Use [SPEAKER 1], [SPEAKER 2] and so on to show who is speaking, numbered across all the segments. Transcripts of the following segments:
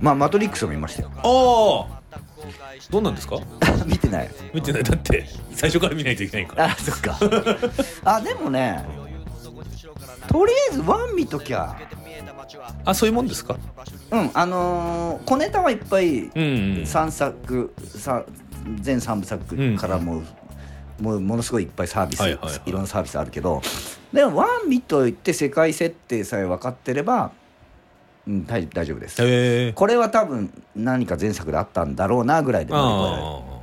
[SPEAKER 1] まあマトリックスも見ましたよ
[SPEAKER 2] ああどうなんですか
[SPEAKER 1] 見てない
[SPEAKER 2] 見てないだって最初から見ないといけないから
[SPEAKER 1] あそっ かあでもねとりあえずワン見ときゃ
[SPEAKER 2] あそういうもんですか
[SPEAKER 1] うんあのー小ネタはいっぱい
[SPEAKER 2] うんうん
[SPEAKER 1] 3作、さ全3部作からもう,、もうものすごいいっぱいサービス、
[SPEAKER 2] はいいはいはい
[SPEAKER 1] ろんなサービスあるけどでもワン見といて世界設定さえ分かってれば、うん、大大丈夫です
[SPEAKER 2] へえ
[SPEAKER 1] これは多分何か前作であったんだろうなぐらいで乗り越えられる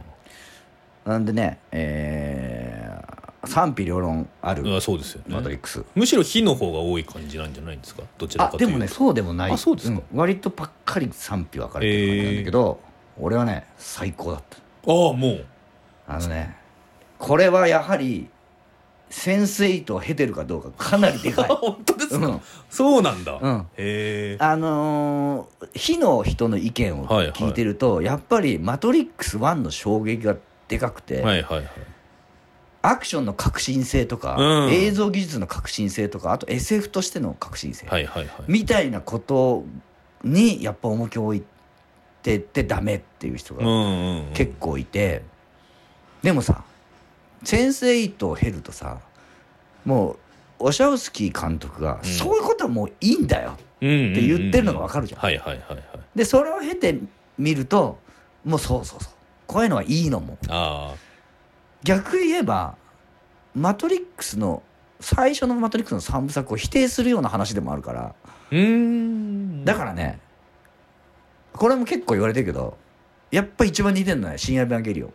[SPEAKER 2] あ
[SPEAKER 1] なんでね、えー賛否両論ある
[SPEAKER 2] ーあそうですよ
[SPEAKER 1] マトリ
[SPEAKER 2] ね
[SPEAKER 1] ックス、
[SPEAKER 2] むしろ火の方が多い感じなんじゃないんですかどちら
[SPEAKER 1] あ
[SPEAKER 2] かとい
[SPEAKER 1] で
[SPEAKER 2] うと
[SPEAKER 1] もねそうでもない
[SPEAKER 2] あそうですか
[SPEAKER 1] ん割とばっかり賛否分かれてる感じなんだけど、俺はね最高だった
[SPEAKER 2] ああもう
[SPEAKER 1] あのねこれはやはり潜水と経てるかどうかかなり でかい
[SPEAKER 2] 本当ですか、
[SPEAKER 1] うん
[SPEAKER 2] そうなんだ、
[SPEAKER 1] うん
[SPEAKER 2] へえ
[SPEAKER 1] あのー火の人の意見を聞いてると、やっぱり「マトリックス1」の衝撃がでかくて、
[SPEAKER 2] はいはいはい
[SPEAKER 1] アクションの革新性とか、
[SPEAKER 2] うん
[SPEAKER 1] 映像技術の革新性とかあと SF としての革新性、
[SPEAKER 2] はいはいはい
[SPEAKER 1] みたいなことにやっぱ重きを置いてってダメっていう人
[SPEAKER 2] うん
[SPEAKER 1] が
[SPEAKER 2] うんうん
[SPEAKER 1] 結構いて、でもさ先生とヘルとさもうオシャウスキー監督が、
[SPEAKER 2] ん
[SPEAKER 1] そういうことはもういいんだよって言ってるのがわかるじゃん
[SPEAKER 2] はいはいはいはい
[SPEAKER 1] でそれを経てみるともうそうそうそうこういうのはいいのも
[SPEAKER 2] あ
[SPEAKER 1] 逆言えば「マトリックス」の最初の「マトリックス」の3部作を否定するような話でもあるから
[SPEAKER 2] あうーん
[SPEAKER 1] だからねこれも結構言われてるけどやっぱ一番似てるのは「新エヴァンゲリオン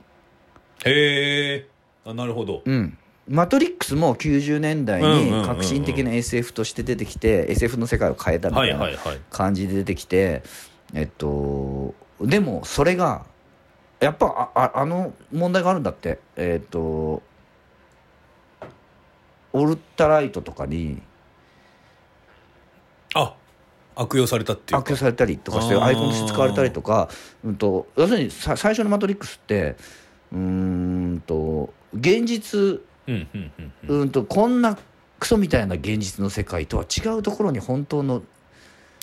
[SPEAKER 2] へえあなるほど」
[SPEAKER 1] うん「マトリックス」も90年代
[SPEAKER 2] うんうんうんう
[SPEAKER 1] に
[SPEAKER 2] ん
[SPEAKER 1] 革新的な SF として出てきて SF の世界を変えたみた
[SPEAKER 2] は
[SPEAKER 1] い
[SPEAKER 2] いはい
[SPEAKER 1] な
[SPEAKER 2] はい
[SPEAKER 1] 感じで出てきてえっとでもそれがやっぱあああの問題があるんだってえっとオルタライトとかに
[SPEAKER 2] あ悪用されたっていう
[SPEAKER 1] 悪
[SPEAKER 2] か
[SPEAKER 1] 用されたりとかして
[SPEAKER 2] あー
[SPEAKER 1] アイコンとして使われたりとか、うん、と要するにさ最初の「マトリックス」ってうーんと現実
[SPEAKER 2] うんうんうんうん
[SPEAKER 1] うんとこんなクソみたいな現実の世界とは違うところに本当の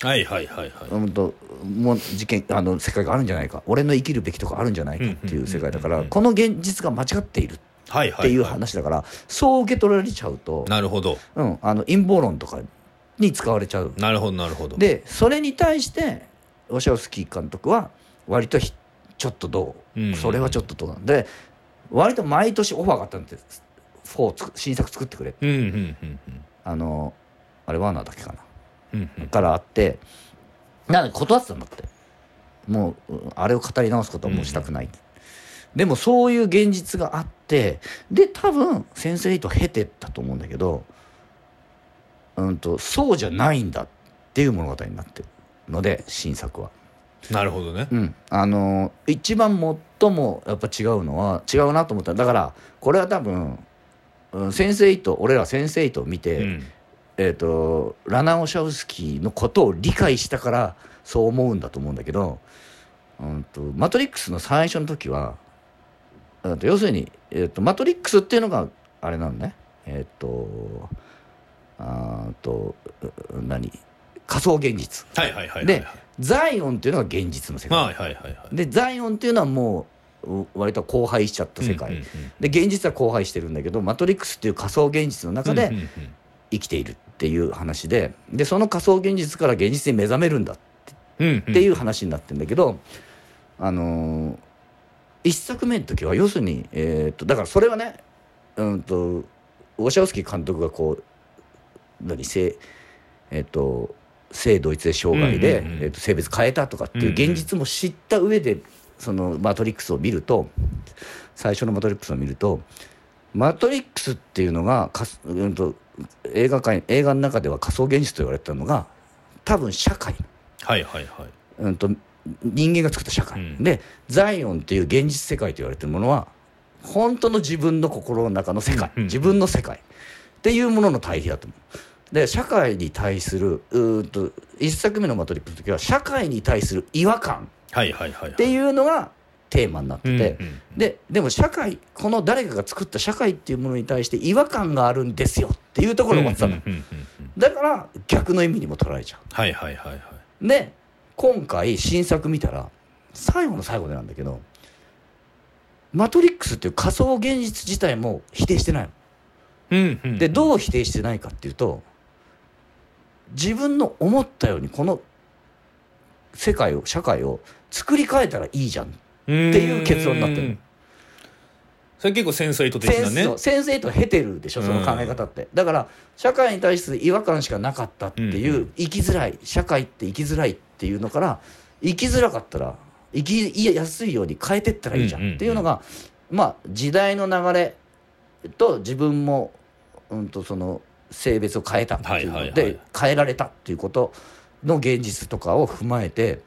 [SPEAKER 2] はいはいはいはい
[SPEAKER 1] うんともう事件あの世界があるんじゃないか俺の生きるべきとかあるんじゃないかっていう世界だか
[SPEAKER 2] うん
[SPEAKER 1] ら
[SPEAKER 2] うんうんうん
[SPEAKER 1] この現実が間違っているっ
[SPEAKER 2] はいは
[SPEAKER 1] てい
[SPEAKER 2] いうは
[SPEAKER 1] 話だからそう受け取られちゃうと
[SPEAKER 2] い、なるほど
[SPEAKER 1] うん、あの陰謀論とかに使われちゃう
[SPEAKER 2] なるほどなるほど
[SPEAKER 1] でそれに対してオシャウスキー監督は割とひちょっとどう、
[SPEAKER 2] うん
[SPEAKER 1] それはちょっとどうなんで割と毎年オファーがあったんです4つく新作作ってくれ
[SPEAKER 2] うんうんうん
[SPEAKER 1] あのあれワーナーだっけかな、
[SPEAKER 2] うんうんうん
[SPEAKER 1] からあってなんで断ってたんだってもううんあれを語り直すことはもうしたくない、でもそういう現実があってで多分「センス8」経てったと思うんだけど、うん、とそうじゃないんだっていう物語になってるので新作は。
[SPEAKER 2] なるほどね
[SPEAKER 1] うん、あの一番最もやっぱ違うのは違うなと思っただからこれは多分、うん、センス8俺らセンス8を見て、
[SPEAKER 2] うん
[SPEAKER 1] えー、とラナ・オシャウスキーのことを理解したからそう思うんだと思うんだけど「うん、とマトリックス」の最初の時は、うん、と要するに、えーと「マトリックス」っていうのがあれなのねえっ、とあーとう何仮想現実
[SPEAKER 2] はいはいはいはい
[SPEAKER 1] でザイオンっていうのが現実の世界、
[SPEAKER 2] はいはいはいはい
[SPEAKER 1] でザイオンっていうのはもうう割と荒廃しちゃった世界、
[SPEAKER 2] うんうん
[SPEAKER 1] で現実は荒廃してるんだけど「マトリックス」っていう仮想現実の
[SPEAKER 2] う
[SPEAKER 1] 中
[SPEAKER 2] ん
[SPEAKER 1] で、
[SPEAKER 2] うんうん
[SPEAKER 1] 生きているっていう話ででその仮想現実から現実に目覚めるんだっ
[SPEAKER 2] うんうん
[SPEAKER 1] ていう話になってるんだけど、あのー一作目の時は要するに、えー、とだからそれはねうんとウォシャウスキー監督がこう何性えっ、と性同一性障害で、
[SPEAKER 2] うんうんうん
[SPEAKER 1] えー、と性別変えたとかっていう現実も知った上で、その「マトリックス」を見ると最初の「マトリックス」を見ると「マトリックス」っていうのがかす、うん、と映画界映画の中では仮想現実と言われてたのが多分社会、
[SPEAKER 2] はいはいはい
[SPEAKER 1] うん、と人間が作った社会、
[SPEAKER 2] うん
[SPEAKER 1] でザイオンっていう現実世界と言われてるものは本当の自分の心の中の世界、
[SPEAKER 2] うん
[SPEAKER 1] 自分の世界っていうものの対比だと思う。で社会に対するうーんと一作目の「マトリックス」の時は社会に対する違和感
[SPEAKER 2] はいはいはい
[SPEAKER 1] って
[SPEAKER 2] う
[SPEAKER 1] いうのがテーマになってて、
[SPEAKER 2] んうん
[SPEAKER 1] ででも社会この誰かが作った社会っていうものに対して違和感があるんですよっていうところを思ってたの、
[SPEAKER 2] うんうんうんうん
[SPEAKER 1] だから逆の意味にも取られちゃ
[SPEAKER 2] はいはいはいはいう
[SPEAKER 1] で今回新作見たら最後の最後でなんだけど「マトリックス」っていう仮想現実自体も否定してないの。
[SPEAKER 2] うんうん
[SPEAKER 1] でどう否定してないかっていうと自分の思ったようにこの世界を社会を作り変えたらいいじゃん
[SPEAKER 2] て
[SPEAKER 1] っていう結論になってる
[SPEAKER 2] それ結構繊細と的
[SPEAKER 1] セン
[SPEAKER 2] な
[SPEAKER 1] ス
[SPEAKER 2] ね
[SPEAKER 1] の先生とヘテルでしょその考え方って、だから社会に対する違和感しかなかったっていう、
[SPEAKER 2] うん
[SPEAKER 1] 生きづらい社会って生きづらいっていうのから生きづらかったら生きやすいように変えてったらいいじゃ
[SPEAKER 2] うんうん
[SPEAKER 1] ん
[SPEAKER 2] うん
[SPEAKER 1] っていうのが、まあ時代の流れと自分も、うん、とその性別を変えたっていうので、
[SPEAKER 2] はいはいはい
[SPEAKER 1] 変えられたっていうことの現実とかを踏まえて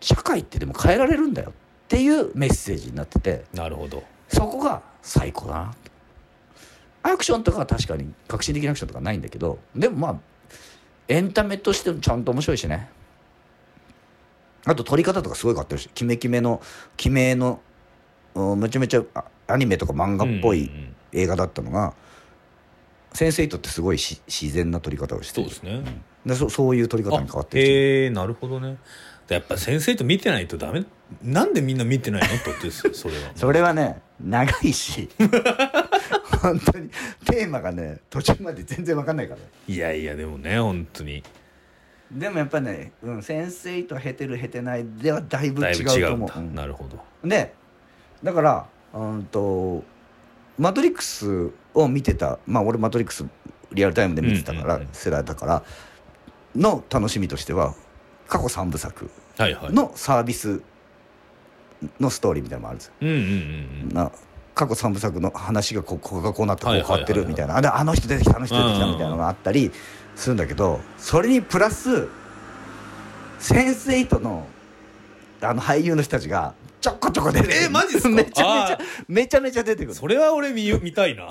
[SPEAKER 1] 社会ってでも変えられるんだよっていうメッセージになってて。
[SPEAKER 2] なるほど
[SPEAKER 1] そこが最高だなとアクションとかは確かに革新的なアクションとかないんだけどでもまあエンタメとしてもちゃんと面白いしねあと撮り方とかすごい変わってるしキメキメのキメのうんめちゃめちゃあアニメとか漫画っぽい
[SPEAKER 2] うんうんうん
[SPEAKER 1] 映画だったのが、先生にとってすごいし自然な撮り方をして
[SPEAKER 2] そう
[SPEAKER 1] る
[SPEAKER 2] ですね
[SPEAKER 1] でそそういう撮り方に変わってる
[SPEAKER 2] へえなるほどねでやっぱ先生と見てないとダメなんでみんな見てないのってことですよそれは
[SPEAKER 1] それはね長いし 本当にテーマがね途中まで全然分かんないから
[SPEAKER 2] いやいやでもね本当に
[SPEAKER 1] でもやっぱね、うん、先生とヘテるヘテないではだいぶ
[SPEAKER 2] だい
[SPEAKER 1] 違
[SPEAKER 2] ぶ
[SPEAKER 1] う
[SPEAKER 2] 違
[SPEAKER 1] と
[SPEAKER 2] うん
[SPEAKER 1] 思う
[SPEAKER 2] だ、なるほど
[SPEAKER 1] うんでだからうんと「マトリックス」を見てたまあ俺「マトリックス」リアルタイムで見てたから、
[SPEAKER 2] うんうんうん
[SPEAKER 1] 世代だからの楽しみとしては過去3部作
[SPEAKER 2] はいはい
[SPEAKER 1] のサービスのストーリーみたいなのもあるんですよ
[SPEAKER 2] うんうんうん
[SPEAKER 1] な過去3部作の話がこうここがこうなったこう
[SPEAKER 2] はい
[SPEAKER 1] 変
[SPEAKER 2] は
[SPEAKER 1] わ
[SPEAKER 2] いはいはい
[SPEAKER 1] ってるみたいなあであの人出てきたあの人出てきた
[SPEAKER 2] うん
[SPEAKER 1] みたいなのがあったりするんだけどそれにプラス先生とのあの俳優の人たちがちょこちょこ出てくる
[SPEAKER 2] えマジっすか
[SPEAKER 1] めちゃめち
[SPEAKER 2] あ
[SPEAKER 1] ゃめちゃめちゃ出てく
[SPEAKER 2] うん
[SPEAKER 1] る
[SPEAKER 2] それは俺見よ見たいな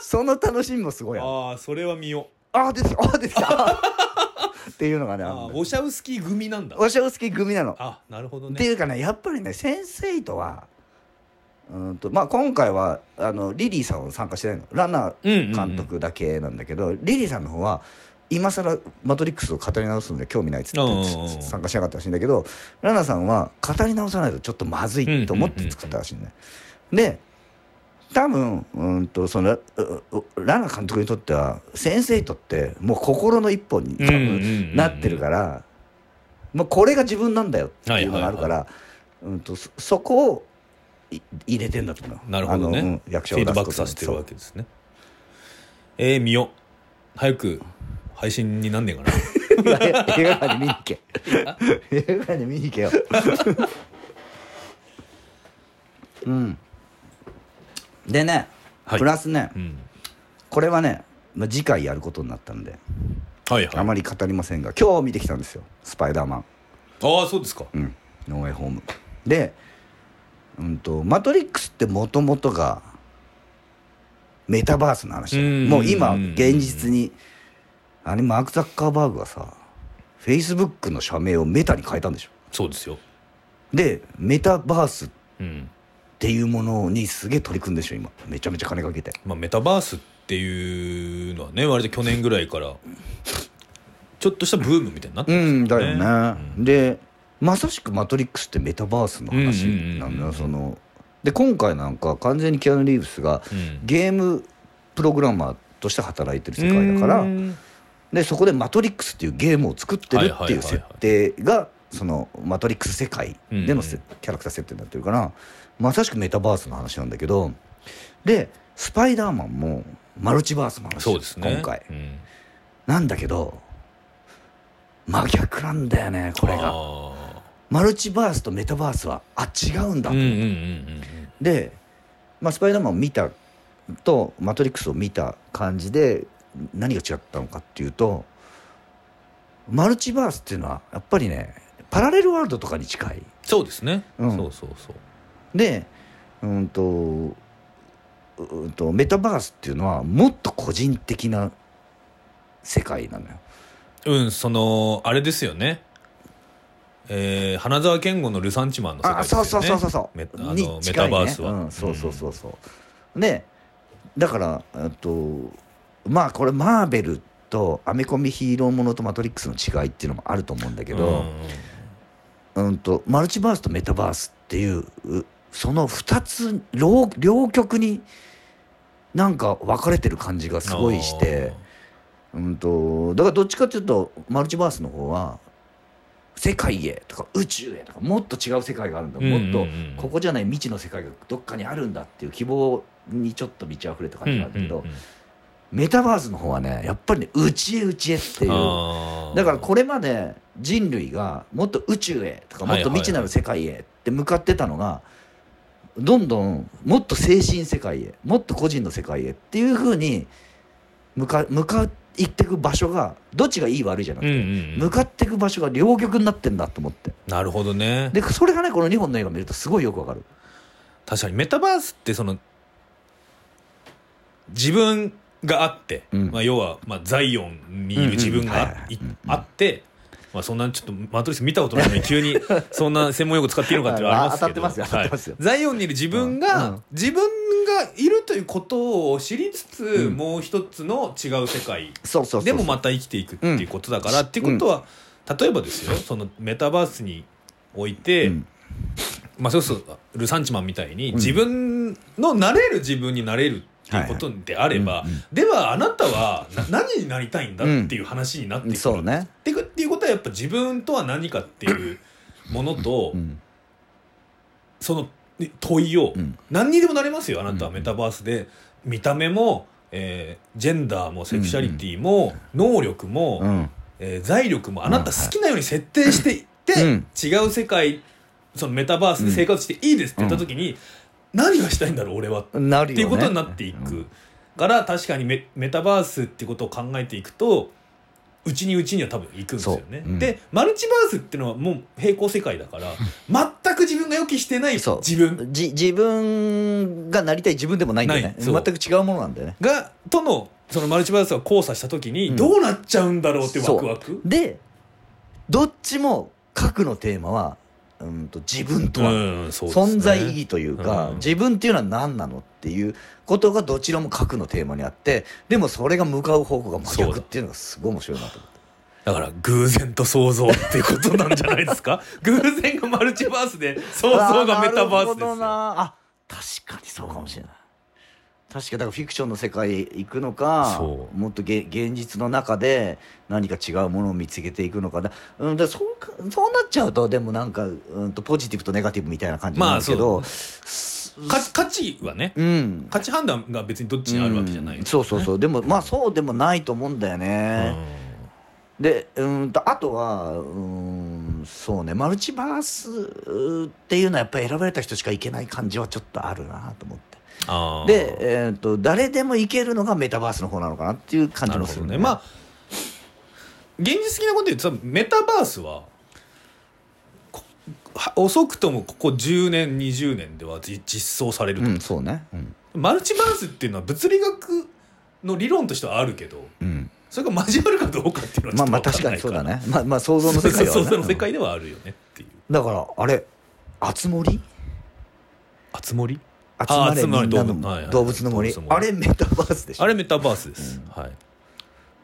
[SPEAKER 1] その楽しみもすごいあ
[SPEAKER 2] ああそれは見よ
[SPEAKER 1] あー出てきたあー出てきたっていうのがね
[SPEAKER 2] う
[SPEAKER 1] あ
[SPEAKER 2] ああ
[SPEAKER 1] る
[SPEAKER 2] ウォシャウスキー組なんだ
[SPEAKER 1] おしゃお好き組なの
[SPEAKER 2] あなるほど
[SPEAKER 1] って
[SPEAKER 2] ね
[SPEAKER 1] いうかねやっぱりね先生とはうんとまあ今回はあのリリーさんは参加してないのランナー
[SPEAKER 2] うんうんうん
[SPEAKER 1] 監督だけなんだけど、リリーさんの方は今更マトリックスを語り直すので興味ないっつって
[SPEAKER 2] うんうんうん
[SPEAKER 1] 参加しなかったらしいんだけどランナーさんは語り直さないとちょっとまずいと思って作ったらしいんだよで多分うんとそのううランナー監督にとっては先生とってもう心の一本に多
[SPEAKER 2] うんうんうんう
[SPEAKER 1] 分
[SPEAKER 2] ん
[SPEAKER 1] なってるから、まあ、これが自分なんだよっていうのがあるから、うん、とそそこをい入れてんだと思う
[SPEAKER 2] なるほどね、
[SPEAKER 1] あのうん役者を
[SPEAKER 2] フ
[SPEAKER 1] 出すこ
[SPEAKER 2] ィード
[SPEAKER 1] と
[SPEAKER 2] バ
[SPEAKER 1] に
[SPEAKER 2] ックさせてるわけですねえー、見よう早く配信になんねえかな
[SPEAKER 1] いや映画館に見に行け映画館に見に行けようんでね、
[SPEAKER 2] はい
[SPEAKER 1] プラスね
[SPEAKER 2] うん
[SPEAKER 1] これはね、まあ、次回やることになったんで
[SPEAKER 2] はいはい
[SPEAKER 1] あ
[SPEAKER 2] あ
[SPEAKER 1] まり語りませんが今日見てきたんですよ「スパイダーマン」
[SPEAKER 2] あそうですか
[SPEAKER 1] うん「ノーウェイホーム」で、うんと「マトリックス」ってもともとがメタバースの話だよ
[SPEAKER 2] うん
[SPEAKER 1] もう今現実にあれマーク・ザッカーバーグがさフェイスブックの社名をメタに変えたんでしょ
[SPEAKER 2] そうですよ
[SPEAKER 1] でメタバースっ
[SPEAKER 2] うん
[SPEAKER 1] ていうものにすげえ取り組んでるでしょ今めちゃめちゃ金かけて
[SPEAKER 2] まあ、メタバースっていうのはね割と去年ぐらいからちょっとしたブームみたいになって
[SPEAKER 1] う
[SPEAKER 2] ます
[SPEAKER 1] んだよね、
[SPEAKER 2] う
[SPEAKER 1] でまさしく「マトリックス」ってメタバースの話なん
[SPEAKER 2] うんうん
[SPEAKER 1] だ
[SPEAKER 2] うんう
[SPEAKER 1] よ
[SPEAKER 2] ん
[SPEAKER 1] そので今回なんか完全にキアヌ・リーブスが
[SPEAKER 2] うん
[SPEAKER 1] ゲームプログラマーとして働いてる世界だか
[SPEAKER 2] う
[SPEAKER 1] ら
[SPEAKER 2] ん
[SPEAKER 1] でそこで「マトリックス」っていうゲームを作ってるっていう設定がその「マトリックス」世界でのせ
[SPEAKER 2] うん
[SPEAKER 1] キャラクター設定になってるからまさしくメタバースの話なんだけどで「スパイダーマン」もマルチバースの話
[SPEAKER 2] そうですね
[SPEAKER 1] 今回
[SPEAKER 2] うん
[SPEAKER 1] なんだけど真逆なんだよねこれが
[SPEAKER 2] あ
[SPEAKER 1] マルチバースとメタバースはあ違うんだと
[SPEAKER 2] ーうんうんうん
[SPEAKER 1] で、まあ、スパイダーマンを見たと「マトリックス」を見た感じで何が違ったのかっていうとマルチバースっていうのはやっぱりねパラレルワールドとかに近い
[SPEAKER 2] そうですね、
[SPEAKER 1] うん
[SPEAKER 2] そうそうそう
[SPEAKER 1] でうんとううんとメタバースっていうのはもっと個人的な世界なのよ。
[SPEAKER 2] うんそのあれですよねえー、花澤健吾の「ルサンチマン」の世界
[SPEAKER 1] あ
[SPEAKER 2] ですよ、
[SPEAKER 1] そ
[SPEAKER 2] ね、
[SPEAKER 1] うそうそうそうそう
[SPEAKER 2] メタあの
[SPEAKER 1] に
[SPEAKER 2] メ
[SPEAKER 1] 近い
[SPEAKER 2] タ
[SPEAKER 1] ね
[SPEAKER 2] バースは、
[SPEAKER 1] うん、そうそうそうそう、でだからえっとまあこれマーベルとアメコミヒーローものとマトリックスの違いっていうのもあると思うんだけど、うん、とマルチバースとメタバースっていううその2つ両両極になんか分かれてる感じがすごいして。うんとだからどっちかっていうとマルチバースの方は世界へとか宇宙へとかもっと違う世界があるんだ、
[SPEAKER 2] うんうんうん
[SPEAKER 1] もっとここじゃない未知の世界がどっかにあるんだっていう希望にちょっと満ち溢れた
[SPEAKER 2] あ
[SPEAKER 1] 感じ
[SPEAKER 2] ー
[SPEAKER 1] なんだけど、
[SPEAKER 2] うんうんうん
[SPEAKER 1] メタバースの方はねやっぱりね宇宙へ宇宙へっていう
[SPEAKER 2] あー
[SPEAKER 1] だからこれまで人類がもっと宇宙へとかもっと未知なる世界へって向かってたのがどんどんもっと精神世界へもっと個人の世界へっていうふうに向か向か行ってく場所がどっちがいい悪いじゃなく
[SPEAKER 2] うん
[SPEAKER 1] て、
[SPEAKER 2] うんう
[SPEAKER 1] 向
[SPEAKER 2] ん
[SPEAKER 1] かってく場所が両極になってんだと思って
[SPEAKER 2] なるほどね
[SPEAKER 1] でそれがねこの2本の映画見るとすごいよくわかる
[SPEAKER 2] 確かにメタバースってその自分があって、
[SPEAKER 1] うん
[SPEAKER 2] まあ、要は、まあ、ザイオンにいる自分
[SPEAKER 1] うんうんはい
[SPEAKER 2] が
[SPEAKER 1] はい
[SPEAKER 2] い
[SPEAKER 1] うんうん
[SPEAKER 2] あって、まあ、そんなちょっとマトリックス見たこ とないのに急にそんな専門用語使っていいのかっていうのはありますけ
[SPEAKER 1] あ当
[SPEAKER 2] ど
[SPEAKER 1] たってますよ当たってますよ
[SPEAKER 2] はいザイオンにいる自分が、
[SPEAKER 1] うんうん
[SPEAKER 2] 自分がいるということを知りつつ、
[SPEAKER 1] ん
[SPEAKER 2] もう一つの違う世界
[SPEAKER 1] そうそうそうそう
[SPEAKER 2] でもまた生きていくっていうことだから、っていうことは、例えばですよそのメタバースにおいて、
[SPEAKER 1] うん
[SPEAKER 2] まあ、そうそうルサンチマンみたいに、
[SPEAKER 1] ん
[SPEAKER 2] 自分のなれる自分になれるっていうことであれば、
[SPEAKER 1] はいはいうん
[SPEAKER 2] ではあなたはな何になりたいんだっていう話になってくる、
[SPEAKER 1] そうね
[SPEAKER 2] ってくっていうことはやっぱ自分とは何かっていうものと、
[SPEAKER 1] うん
[SPEAKER 2] その問いを、
[SPEAKER 1] うん
[SPEAKER 2] 何にでもなれますよあなたは
[SPEAKER 1] うんう
[SPEAKER 2] メ
[SPEAKER 1] ん
[SPEAKER 2] タバースで見た目も、えージェンダーもセクシャリティも、能力も、
[SPEAKER 1] うん
[SPEAKER 2] えー財力もあなた好きなように設定していって、
[SPEAKER 1] うん
[SPEAKER 2] 違う世界そのメタバースで生活していいですって言った時に、何がしたいんだろう俺はっ
[SPEAKER 1] なるよね
[SPEAKER 2] ていうことになっていく、から確かにメメタバースってことを考えていくとうちにうちには多分行くんですよね、
[SPEAKER 1] そううん
[SPEAKER 2] でマルチバースっていうのはもう平行世界だから 全く自分が予期してない
[SPEAKER 1] そう
[SPEAKER 2] 自分
[SPEAKER 1] じ自分がなりたい自分でもないんだよね
[SPEAKER 2] ないそう
[SPEAKER 1] 全く違うものなんだよね
[SPEAKER 2] がとのそのマルチバースが交差した時に
[SPEAKER 1] うん
[SPEAKER 2] どうなっちゃうんだろうってワクワク、
[SPEAKER 1] でどっちも核のテーマは、うん、と自分とは、
[SPEAKER 2] うんそうですね
[SPEAKER 1] 存在意義というか、
[SPEAKER 2] うん
[SPEAKER 1] 自分っていうのは何なのっていうことがどちらも核のテーマにあってでもそれが向かう方向が真
[SPEAKER 2] そうだ
[SPEAKER 1] 逆っていうのがすごい面白いなと思って
[SPEAKER 2] だから偶然と想像っていうことなんじゃないですか 偶然がマルチバースで想像がメ
[SPEAKER 1] あなる
[SPEAKER 2] タバースで
[SPEAKER 1] ほど
[SPEAKER 2] すよ
[SPEAKER 1] なあ確かにそうかもしれない確かだからフィクションの世界へ行くのか
[SPEAKER 2] そう
[SPEAKER 1] もっとげ現実の中で何か違うものを見つけていくのかだ,、うん、だそうかそうなっちゃうとでもなんか、うん、とポジティブとネガティブみたいな感じになるけど、
[SPEAKER 2] まか価値はね
[SPEAKER 1] うん
[SPEAKER 2] 価値判断が別にどっちにあるわけじゃない、
[SPEAKER 1] うんそうそうそうでもまあそうでもないと思うんだよ
[SPEAKER 2] う
[SPEAKER 1] ね、
[SPEAKER 2] ん
[SPEAKER 1] でうんとあとはうんそうねマルチバースうーっていうのはやっぱり選ばれた人しか行けない感じはちょっとあるなと思って
[SPEAKER 2] あー
[SPEAKER 1] で、えー、と誰でも行けるのがメタバースの方なのかなっていう感
[SPEAKER 2] な
[SPEAKER 1] じ
[SPEAKER 2] る
[SPEAKER 1] も
[SPEAKER 2] ほ
[SPEAKER 1] す
[SPEAKER 2] ど
[SPEAKER 1] る
[SPEAKER 2] ねまあ現実的なこと言うと多分メタバースはこは遅くともここ10年20年では実実装される
[SPEAKER 1] う
[SPEAKER 2] と、
[SPEAKER 1] んそうねうん、
[SPEAKER 2] マルチバースっていうのは物理学の理論としてはあるけど
[SPEAKER 1] うん、
[SPEAKER 2] それが交わるかどうかっていうのはち
[SPEAKER 1] ま
[SPEAKER 2] ょ
[SPEAKER 1] あ
[SPEAKER 2] っと
[SPEAKER 1] まあ
[SPEAKER 2] わ
[SPEAKER 1] 確
[SPEAKER 2] ん
[SPEAKER 1] か
[SPEAKER 2] な
[SPEAKER 1] に
[SPEAKER 2] い
[SPEAKER 1] そ
[SPEAKER 2] か
[SPEAKER 1] う
[SPEAKER 2] ら
[SPEAKER 1] だねまあまあ想像の世界 は、
[SPEAKER 2] そ
[SPEAKER 1] ね、
[SPEAKER 2] うそうその
[SPEAKER 1] う
[SPEAKER 2] 世
[SPEAKER 1] ん
[SPEAKER 2] 界ではあるよねっていう
[SPEAKER 1] だからあれあつ森
[SPEAKER 2] あつ森
[SPEAKER 1] 集まれ
[SPEAKER 2] 集まれ
[SPEAKER 1] みんなの
[SPEAKER 2] 動物はいはい
[SPEAKER 1] 動物の森
[SPEAKER 2] 動物の
[SPEAKER 1] あ
[SPEAKER 2] 森
[SPEAKER 1] れメタバースでしょ
[SPEAKER 2] あれメタバースです、
[SPEAKER 1] うん
[SPEAKER 2] はい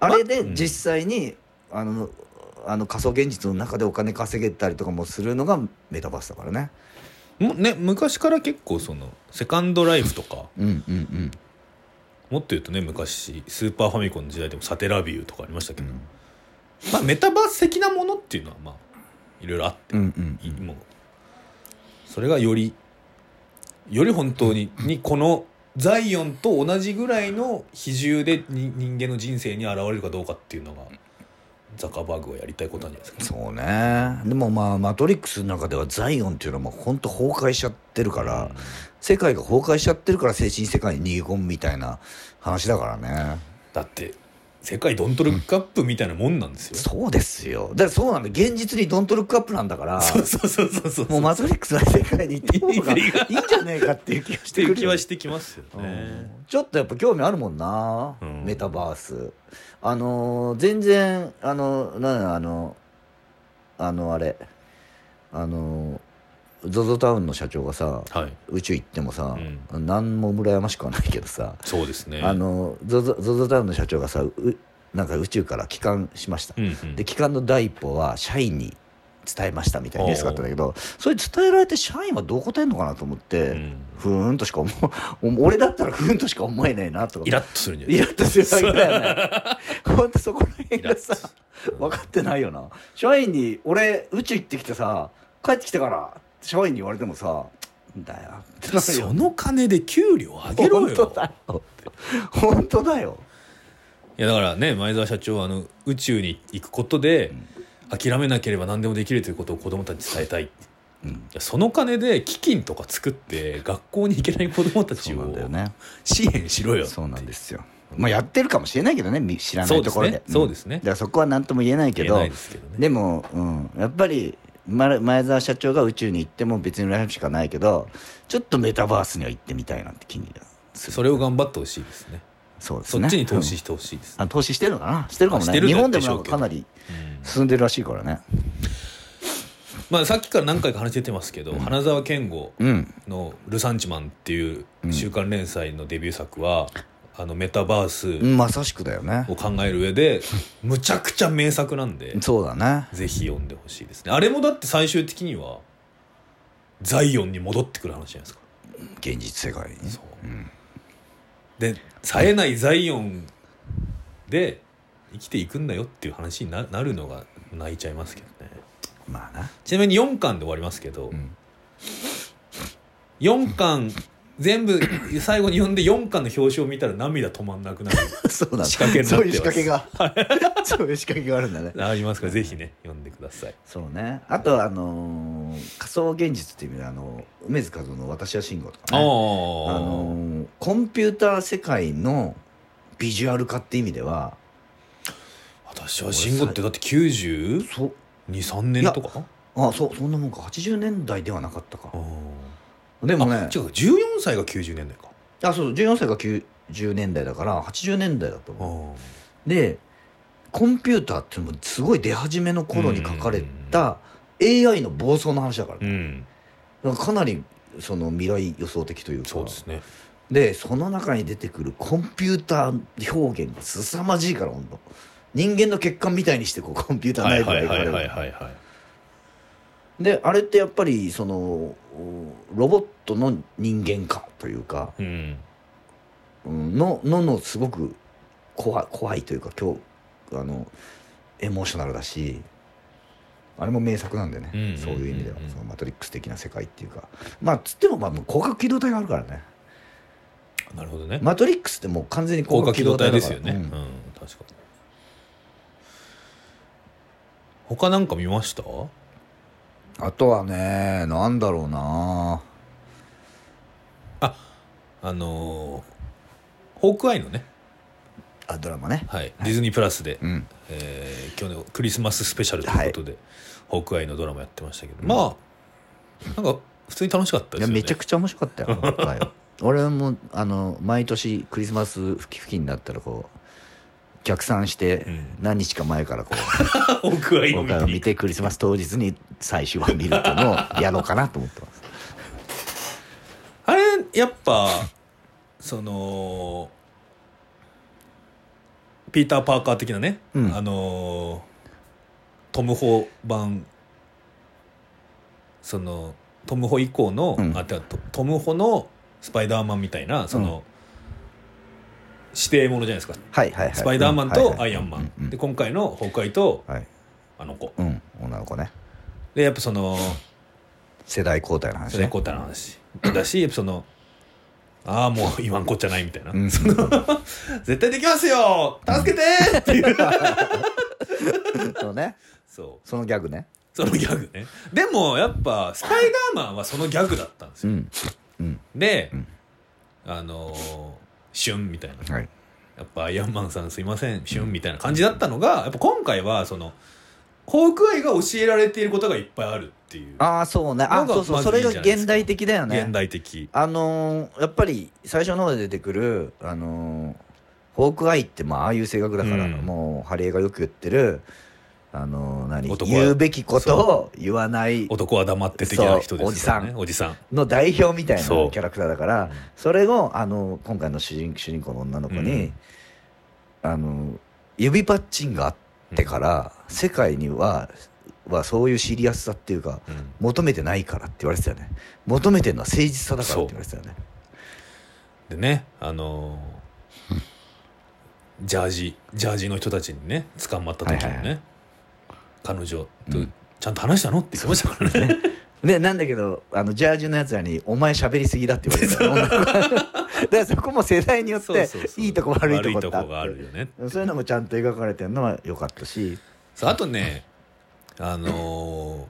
[SPEAKER 1] あれで
[SPEAKER 2] うん
[SPEAKER 1] 実際に、あのあの仮想現実の中でお金稼げたりとかもするのがメタバースだからね。
[SPEAKER 2] もね昔から結構そのセカンドライフとか
[SPEAKER 1] うんうんうん。
[SPEAKER 2] もっと言うとね昔スーパーファミコンの時代でもサテラビューとかありましたけど、まあメタバース的なものっていうのはまあいろいろあって、
[SPEAKER 1] うんうん。
[SPEAKER 2] いもうそれがよりより本当ににこのザイオンと同じぐらいの比重でに人間の人生に現れるかどうかっていうのがザカバーグはやりたいことなんじゃないですか
[SPEAKER 1] そうね。でもまあ、マトリックスの中ではザイオンっていうのはもう本当崩壊しちゃってるから、世界が崩壊しちゃってるから精神世界に逃げ込むみたいな話だからね。
[SPEAKER 2] だって世界ドントルックアップみたいなもんなんですよ、
[SPEAKER 1] そうですよ。だからそうなんだ。現実にドントルックアップなんだから、
[SPEAKER 2] そうそうそうそうそう
[SPEAKER 1] もうマトリックスの世界に行っていいがい
[SPEAKER 2] い
[SPEAKER 1] い
[SPEAKER 2] い
[SPEAKER 1] んじゃねえかっていう気がし
[SPEAKER 2] してて
[SPEAKER 1] くる
[SPEAKER 2] る気
[SPEAKER 1] よね
[SPEAKER 2] はしてきますよね、
[SPEAKER 1] ちょっとやっぱ興味あるもんな、
[SPEAKER 2] うん
[SPEAKER 1] メタバースあのー全然あのなんだあのあのあれあの ZOZO タウンの社長がさ
[SPEAKER 2] はい
[SPEAKER 1] 宇宙行ってもさ、何も羨ましくはないけどさ、
[SPEAKER 2] そうですね
[SPEAKER 1] あの ZOZO タウンの社長がさうなんか宇宙から帰還しました、
[SPEAKER 2] うんうん
[SPEAKER 1] で帰還の第一歩は社員に伝えましたみたいなニュースがあったんだけどそれ伝えられて社員はどう答えるのかなと思って、
[SPEAKER 2] うん
[SPEAKER 1] ふーんとしか思う 俺だったらふーんとしか思えないなとか
[SPEAKER 2] イラッとするんじゃない
[SPEAKER 1] イラッとするだけだよねほんとそこら辺がさ
[SPEAKER 2] イラッ
[SPEAKER 1] 分かってないよな社員に「俺宇宙行ってきてさ帰ってきてから」って社員に言われてもさ「んだよ」ってなるよ
[SPEAKER 2] その金で給料上げろ
[SPEAKER 1] 本当
[SPEAKER 2] よ
[SPEAKER 1] だよ本当だよ
[SPEAKER 2] いやだからね前澤社長はあの宇宙に行くことで諦めなければ何でもできるということを子どもたちに伝えたい
[SPEAKER 1] うん
[SPEAKER 2] その金で基金とか作って学校に行けない子どもた
[SPEAKER 1] そ
[SPEAKER 2] ち
[SPEAKER 1] うな
[SPEAKER 2] を
[SPEAKER 1] んだよね
[SPEAKER 2] 支援しろよ
[SPEAKER 1] そうなんですよまあやってるかもしれないけどねみ知らな
[SPEAKER 2] そ
[SPEAKER 1] いう
[SPEAKER 2] で
[SPEAKER 1] と
[SPEAKER 2] す
[SPEAKER 1] ころ
[SPEAKER 2] ね
[SPEAKER 1] で
[SPEAKER 2] そうですすね
[SPEAKER 1] だからそこは何とも言えないけど
[SPEAKER 2] 言えないですけどね
[SPEAKER 1] でも、うん、やっぱりま前澤社長が宇宙に行っても別に羨むしかないけどちょっとメタバースには行ってみたいなって気にする
[SPEAKER 2] それを頑張ってほしいですね
[SPEAKER 1] そうです
[SPEAKER 2] そ
[SPEAKER 1] ね
[SPEAKER 2] っちに投資
[SPEAKER 1] うん
[SPEAKER 2] してほしいです、
[SPEAKER 1] あ投資してるのかなしてるかも
[SPEAKER 2] あし
[SPEAKER 1] ね
[SPEAKER 2] てる
[SPEAKER 1] 日
[SPEAKER 2] で
[SPEAKER 1] 本でもな
[SPEAKER 2] でしょ
[SPEAKER 1] ん
[SPEAKER 2] うけ
[SPEAKER 1] かか
[SPEAKER 2] ど
[SPEAKER 1] なり
[SPEAKER 2] うん
[SPEAKER 1] 進んでるらしいからね
[SPEAKER 2] まあ、さっきから何回か話出てますけど、花澤健吾
[SPEAKER 1] うん
[SPEAKER 2] の「ルサンチマン」っていう週刊連載のデビュー作は、あのメタバース
[SPEAKER 1] まさしくだよね
[SPEAKER 2] を考える上でむちゃくちゃ名作なんで
[SPEAKER 1] そうだね
[SPEAKER 2] ぜひ読んでほしいですねあれもだって最終的にはザイオンに戻ってくる話じゃないですか
[SPEAKER 1] 現実世界にね
[SPEAKER 2] そう、で冴えないザイオンで生きていくんだよっていう話にななるのが泣いちゃいますけどね
[SPEAKER 1] まあ な
[SPEAKER 2] ちなみに4巻で終わりますけど、
[SPEAKER 1] ん
[SPEAKER 2] 四4巻全部最後に読んで4巻の表紙を見たら涙止まん なくなる
[SPEAKER 1] そうなんだ
[SPEAKER 2] 仕掛けにな
[SPEAKER 1] そういう仕
[SPEAKER 2] っ
[SPEAKER 1] 掛け
[SPEAKER 2] て
[SPEAKER 1] が そういう仕掛けがあるんだね
[SPEAKER 2] ありますからぜひね読んでください
[SPEAKER 1] そうねあとはあのー仮想現実っていう意味であの梅津和夫の「私は慎吾」とかね
[SPEAKER 2] ああ
[SPEAKER 1] あのーコンピューター世界のビジュアル化って意味では
[SPEAKER 2] 私は慎吾ってだって923
[SPEAKER 1] そ
[SPEAKER 2] 年とか
[SPEAKER 1] あそうそんなもんか80年代ではなかったか
[SPEAKER 2] あ
[SPEAKER 1] でもね
[SPEAKER 2] あ違う14歳が90年代か
[SPEAKER 1] あそう14歳が90年代だから80年代だと思うでコンピューターっていうのもすごい出始めの頃に書かれた AI の暴走の話だから,、
[SPEAKER 2] うん
[SPEAKER 1] だからかなりその未来予想的というか
[SPEAKER 2] そうですね
[SPEAKER 1] でその中に出てくるコンピューター表現が凄まじいから本当人間の欠陥みたいにしてこうコンピューター
[SPEAKER 2] は
[SPEAKER 1] ないいか
[SPEAKER 2] は
[SPEAKER 1] ら
[SPEAKER 2] い
[SPEAKER 1] 描か
[SPEAKER 2] は
[SPEAKER 1] れ
[SPEAKER 2] い
[SPEAKER 1] る
[SPEAKER 2] はいはいはい
[SPEAKER 1] であれってやっぱりそのおロボットの人間化というか、
[SPEAKER 2] うん
[SPEAKER 1] うん、のののすごく怖い怖いというか今日あのエモーショナルだしあれも名作なんでね、
[SPEAKER 2] うんうんうんうん
[SPEAKER 1] そういう意味ではそのマトリックス的な世界っていうかまあつってもまあもう広角機動隊があるからね
[SPEAKER 2] なるほどね
[SPEAKER 1] マトリックスってもう完全に
[SPEAKER 2] 高
[SPEAKER 1] 広角
[SPEAKER 2] 架機
[SPEAKER 1] 機
[SPEAKER 2] 動
[SPEAKER 1] 動
[SPEAKER 2] 隊
[SPEAKER 1] 隊だ
[SPEAKER 2] です
[SPEAKER 1] から
[SPEAKER 2] よねうん
[SPEAKER 1] うん
[SPEAKER 2] 確かに他なんか見ました
[SPEAKER 1] あとはねなんだろうな
[SPEAKER 2] あのーホークアイのね
[SPEAKER 1] あドラマね
[SPEAKER 2] はいディズニープラスで
[SPEAKER 1] うん
[SPEAKER 2] えー去年クリスマススペシャルということでホークアイのドラマやってましたけどまあなんか普通に楽しかった
[SPEAKER 1] い
[SPEAKER 2] で
[SPEAKER 1] や
[SPEAKER 2] すよ
[SPEAKER 1] め
[SPEAKER 2] ね
[SPEAKER 1] ちゃくちゃ面白か ったよ今回は俺もあの毎年クリスマス付近付近になったらこう逆算して
[SPEAKER 2] うん
[SPEAKER 1] 何日か前からこ
[SPEAKER 2] ホークア
[SPEAKER 1] う
[SPEAKER 2] イ
[SPEAKER 1] 今
[SPEAKER 2] を見
[SPEAKER 1] 回を
[SPEAKER 2] に
[SPEAKER 1] 見てクリスマス当日に最終話見るっていうのをやろうかなと思って ます
[SPEAKER 2] あれやっぱそのピーター・パーカー的なね、
[SPEAKER 1] うん
[SPEAKER 2] あのトム・ホ版そのトム・ホ以降の、
[SPEAKER 1] うん
[SPEAKER 2] あてかトトム・ホのスパイダーマンみたいなその、指定ものじゃないですか、
[SPEAKER 1] はいはいはい
[SPEAKER 2] スパイダーマン
[SPEAKER 1] うんはい
[SPEAKER 2] と
[SPEAKER 1] は
[SPEAKER 2] ア
[SPEAKER 1] い
[SPEAKER 2] イアンマン、
[SPEAKER 1] うんうん
[SPEAKER 2] で今回のホークアイと
[SPEAKER 1] はい
[SPEAKER 2] あの子
[SPEAKER 1] うん女の子ね
[SPEAKER 2] でやっぱその
[SPEAKER 1] 世代交代の話
[SPEAKER 2] それ
[SPEAKER 1] ね
[SPEAKER 2] こうたの話だしやっぱそのああもう言わんこっちゃないみたいな、
[SPEAKER 1] うん
[SPEAKER 2] その 絶対できますよ助けてって いう
[SPEAKER 1] そうね
[SPEAKER 2] そう
[SPEAKER 1] そのギャグね
[SPEAKER 2] そのギャグねでもやっぱスパイダーマンはそのギャグだったんです
[SPEAKER 1] う
[SPEAKER 2] よ、
[SPEAKER 1] んうん
[SPEAKER 2] で、
[SPEAKER 1] うん
[SPEAKER 2] あのー旬みたいな
[SPEAKER 1] はい
[SPEAKER 2] やっぱアイアンマンさんすいません旬みたいな感じだったのがやっぱ今回はそのホークアイが教えられていることがいっぱいあるっていう
[SPEAKER 1] ああそうね
[SPEAKER 2] な
[SPEAKER 1] あ
[SPEAKER 2] んか
[SPEAKER 1] そうそ
[SPEAKER 2] ま
[SPEAKER 1] う
[SPEAKER 2] ず
[SPEAKER 1] そ
[SPEAKER 2] いい
[SPEAKER 1] れ
[SPEAKER 2] じゃ
[SPEAKER 1] が
[SPEAKER 2] ないですか
[SPEAKER 1] 現代的だよね
[SPEAKER 2] 現代的
[SPEAKER 1] あのーやっぱり最初の方で出てくる、あのーホークアイってまあああいう性格だから、
[SPEAKER 2] うん
[SPEAKER 1] もうハリエがよく言ってる、あのー何
[SPEAKER 2] 男は
[SPEAKER 1] 言うべきことを言わない
[SPEAKER 2] 男は黙って的な
[SPEAKER 1] そ
[SPEAKER 2] 人
[SPEAKER 1] う
[SPEAKER 2] で
[SPEAKER 1] おじ
[SPEAKER 2] す
[SPEAKER 1] さ
[SPEAKER 2] からね
[SPEAKER 1] ん
[SPEAKER 2] おじさん
[SPEAKER 1] の代表みたいなキ
[SPEAKER 2] そう
[SPEAKER 1] ャラクターだからそれを、あのー今回の主人主人公の女の子に、あのー指パッチンがあってから、世界にははそういうシリアスさっていうか
[SPEAKER 2] うん
[SPEAKER 1] 求めてないからって言われてたよね求めてるのは誠実さだからって言われてたよね
[SPEAKER 2] でねあのージャージジャージの人たちにね捕まった時にね、
[SPEAKER 1] はいはいは
[SPEAKER 2] 彼女と
[SPEAKER 1] うん
[SPEAKER 2] ちゃんと話したのって言ってましたからね
[SPEAKER 1] でなんだけどあのジャージのやつらに「お前喋りすぎ だ」って言われてたの女の子がだからそこも世代によっ
[SPEAKER 2] そう
[SPEAKER 1] て
[SPEAKER 2] そうそう
[SPEAKER 1] いいとこ悪いとこって
[SPEAKER 2] 悪
[SPEAKER 1] あ
[SPEAKER 2] いとこがあ
[SPEAKER 1] っ
[SPEAKER 2] るよね
[SPEAKER 1] てそういうのもちゃんと描かれてるのは良かったし
[SPEAKER 2] そうあとねあの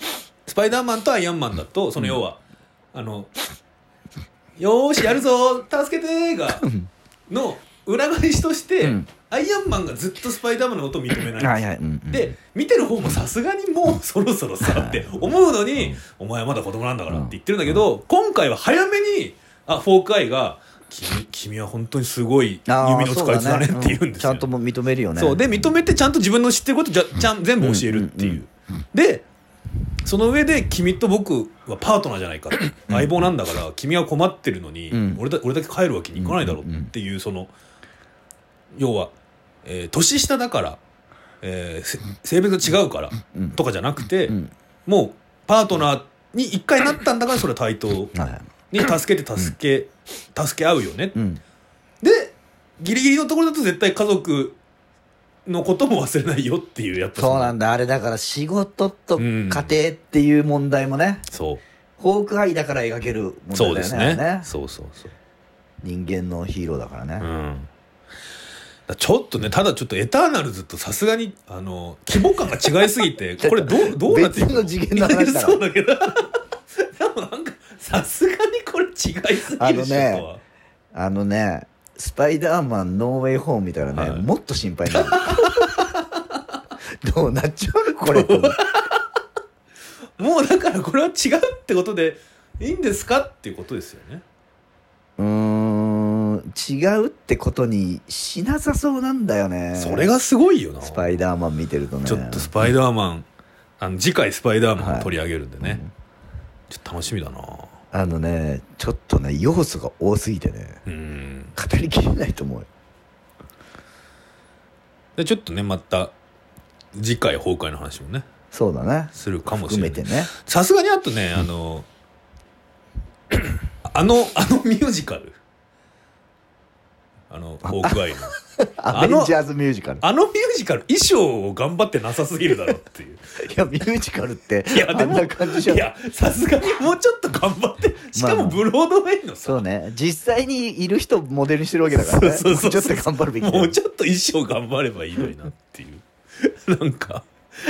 [SPEAKER 2] ースパイダーマンとアイアンマンだとその要は、あの「よーしやるぞー助けてー」がの裏返しとして、
[SPEAKER 1] うん
[SPEAKER 2] アイアンマンがずっとスパイダーマンのことを認めない
[SPEAKER 1] はいはいうんうん
[SPEAKER 2] で見てる方もさすがにも うそろそろさって思うのに「お前まだ子供なんだから」って言ってるんだけど今回は早めにあフォークアイが「君君は本当にすごい
[SPEAKER 1] あー
[SPEAKER 2] 弓の使い手だね」っ
[SPEAKER 1] そ
[SPEAKER 2] て言うん
[SPEAKER 1] う
[SPEAKER 2] です
[SPEAKER 1] ちゃ
[SPEAKER 2] よ
[SPEAKER 1] んと。も認めるよね
[SPEAKER 2] そうで認めてちゃんと自分の知ってることじゃちゃん全部教えるっていうう。でその上で君と僕はパートナーじゃないか相棒なんだから君は困ってるのに
[SPEAKER 1] うん
[SPEAKER 2] 俺だ俺だけ帰るわけにいかないだろうっていうその要は、えー年下だから、えーせ性別が違うから
[SPEAKER 1] うん
[SPEAKER 2] とかじゃなくて
[SPEAKER 1] うん
[SPEAKER 2] もうパートナーに一回なったんだからそれは対等
[SPEAKER 1] はいはい
[SPEAKER 2] に助けて助け助け合うよねっ
[SPEAKER 1] うん
[SPEAKER 2] でギリギリのところだと絶対家族のことも忘れないよっていうやっぱ
[SPEAKER 1] そうなん
[SPEAKER 2] だ
[SPEAKER 1] だあれだから仕事と
[SPEAKER 2] う
[SPEAKER 1] 家
[SPEAKER 2] ん
[SPEAKER 1] 庭っていう問題もね、
[SPEAKER 2] そう
[SPEAKER 1] ホークアイだから描ける問題だ
[SPEAKER 2] そ
[SPEAKER 1] よ
[SPEAKER 2] う
[SPEAKER 1] ね
[SPEAKER 2] です
[SPEAKER 1] あ
[SPEAKER 2] ね
[SPEAKER 1] れね
[SPEAKER 2] そうそうそう
[SPEAKER 1] 人間のヒーローだからね、
[SPEAKER 2] うんだちょっとねただちょっとエターナルズとさすがにあの規模感が違いす ぎてこれどうどうなっていく
[SPEAKER 1] 別の次元の話だろ
[SPEAKER 2] そうだけど でもなんかさすがにこれ違いすぎるし
[SPEAKER 1] あのね
[SPEAKER 2] とは
[SPEAKER 1] あのねスパイダーマンノーウェイホームみたいなね、
[SPEAKER 2] はい
[SPEAKER 1] もっと心配になる どうなっちゃうのこれって
[SPEAKER 2] もうだからこれは違うってことでいいんですかっていうことですよね
[SPEAKER 1] うーん違うってことにしなさそうなんだよね
[SPEAKER 2] それがすごいよな
[SPEAKER 1] スパイダーマン見てるとね
[SPEAKER 2] ちょっとスパイダーマン、あの次回スパイダーマンを取り上げるんでね、
[SPEAKER 1] うん
[SPEAKER 2] ちょっと楽しみだな
[SPEAKER 1] あのねちょっとね要素が多すぎてね
[SPEAKER 2] うん
[SPEAKER 1] 語りきれないと思うよ
[SPEAKER 2] でちょっとねまた次回崩壊の話もね
[SPEAKER 1] そうだね
[SPEAKER 2] するかもし
[SPEAKER 1] 含
[SPEAKER 2] れ
[SPEAKER 1] め
[SPEAKER 2] な
[SPEAKER 1] て
[SPEAKER 2] い
[SPEAKER 1] ね
[SPEAKER 2] さすがにあとねあの あのあのミュージカルあのホークアイの
[SPEAKER 1] アベンジャーズミュージカル
[SPEAKER 2] あのミュージカル衣装を頑張ってなさすぎるだろって いう
[SPEAKER 1] いやミュージカルって
[SPEAKER 2] いやで
[SPEAKER 1] あん
[SPEAKER 2] も
[SPEAKER 1] な感じじゃ
[SPEAKER 2] い
[SPEAKER 1] ん
[SPEAKER 2] やさすがにもうちょっと頑張ってしかもブロードウェイのさ
[SPEAKER 1] そうね実際にいる人をモデルにしてるわけだからね
[SPEAKER 2] そう
[SPEAKER 1] も
[SPEAKER 2] そううそう
[SPEAKER 1] ちょっ
[SPEAKER 2] そう
[SPEAKER 1] と頑張るべきだよ
[SPEAKER 2] もうちょっと衣装頑張ればいいのになっていう なんか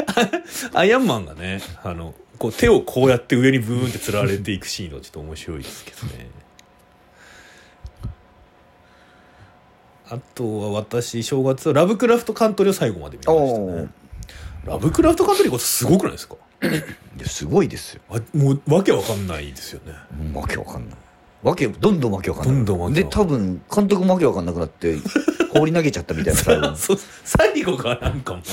[SPEAKER 2] あアイアンマンがねあのこう手をこうやって上にブーンってつられていくシーンのちょっと面白いですけどねあとは私正月はラブクラフトカントリーを最後まで見ました
[SPEAKER 1] お
[SPEAKER 2] ね
[SPEAKER 1] ー
[SPEAKER 2] ラブクラフトカントリーこそすごくないですか
[SPEAKER 1] いやすごいですよ
[SPEAKER 2] あもうわけわかんないですよね
[SPEAKER 1] うんわけわかんないわけどんどんわけわかんない
[SPEAKER 2] どんどんわけ
[SPEAKER 1] で
[SPEAKER 2] わか
[SPEAKER 1] 多分監督もわけわかんなくな って放り投げちゃったみたいな多分
[SPEAKER 2] そう最後がな んかもう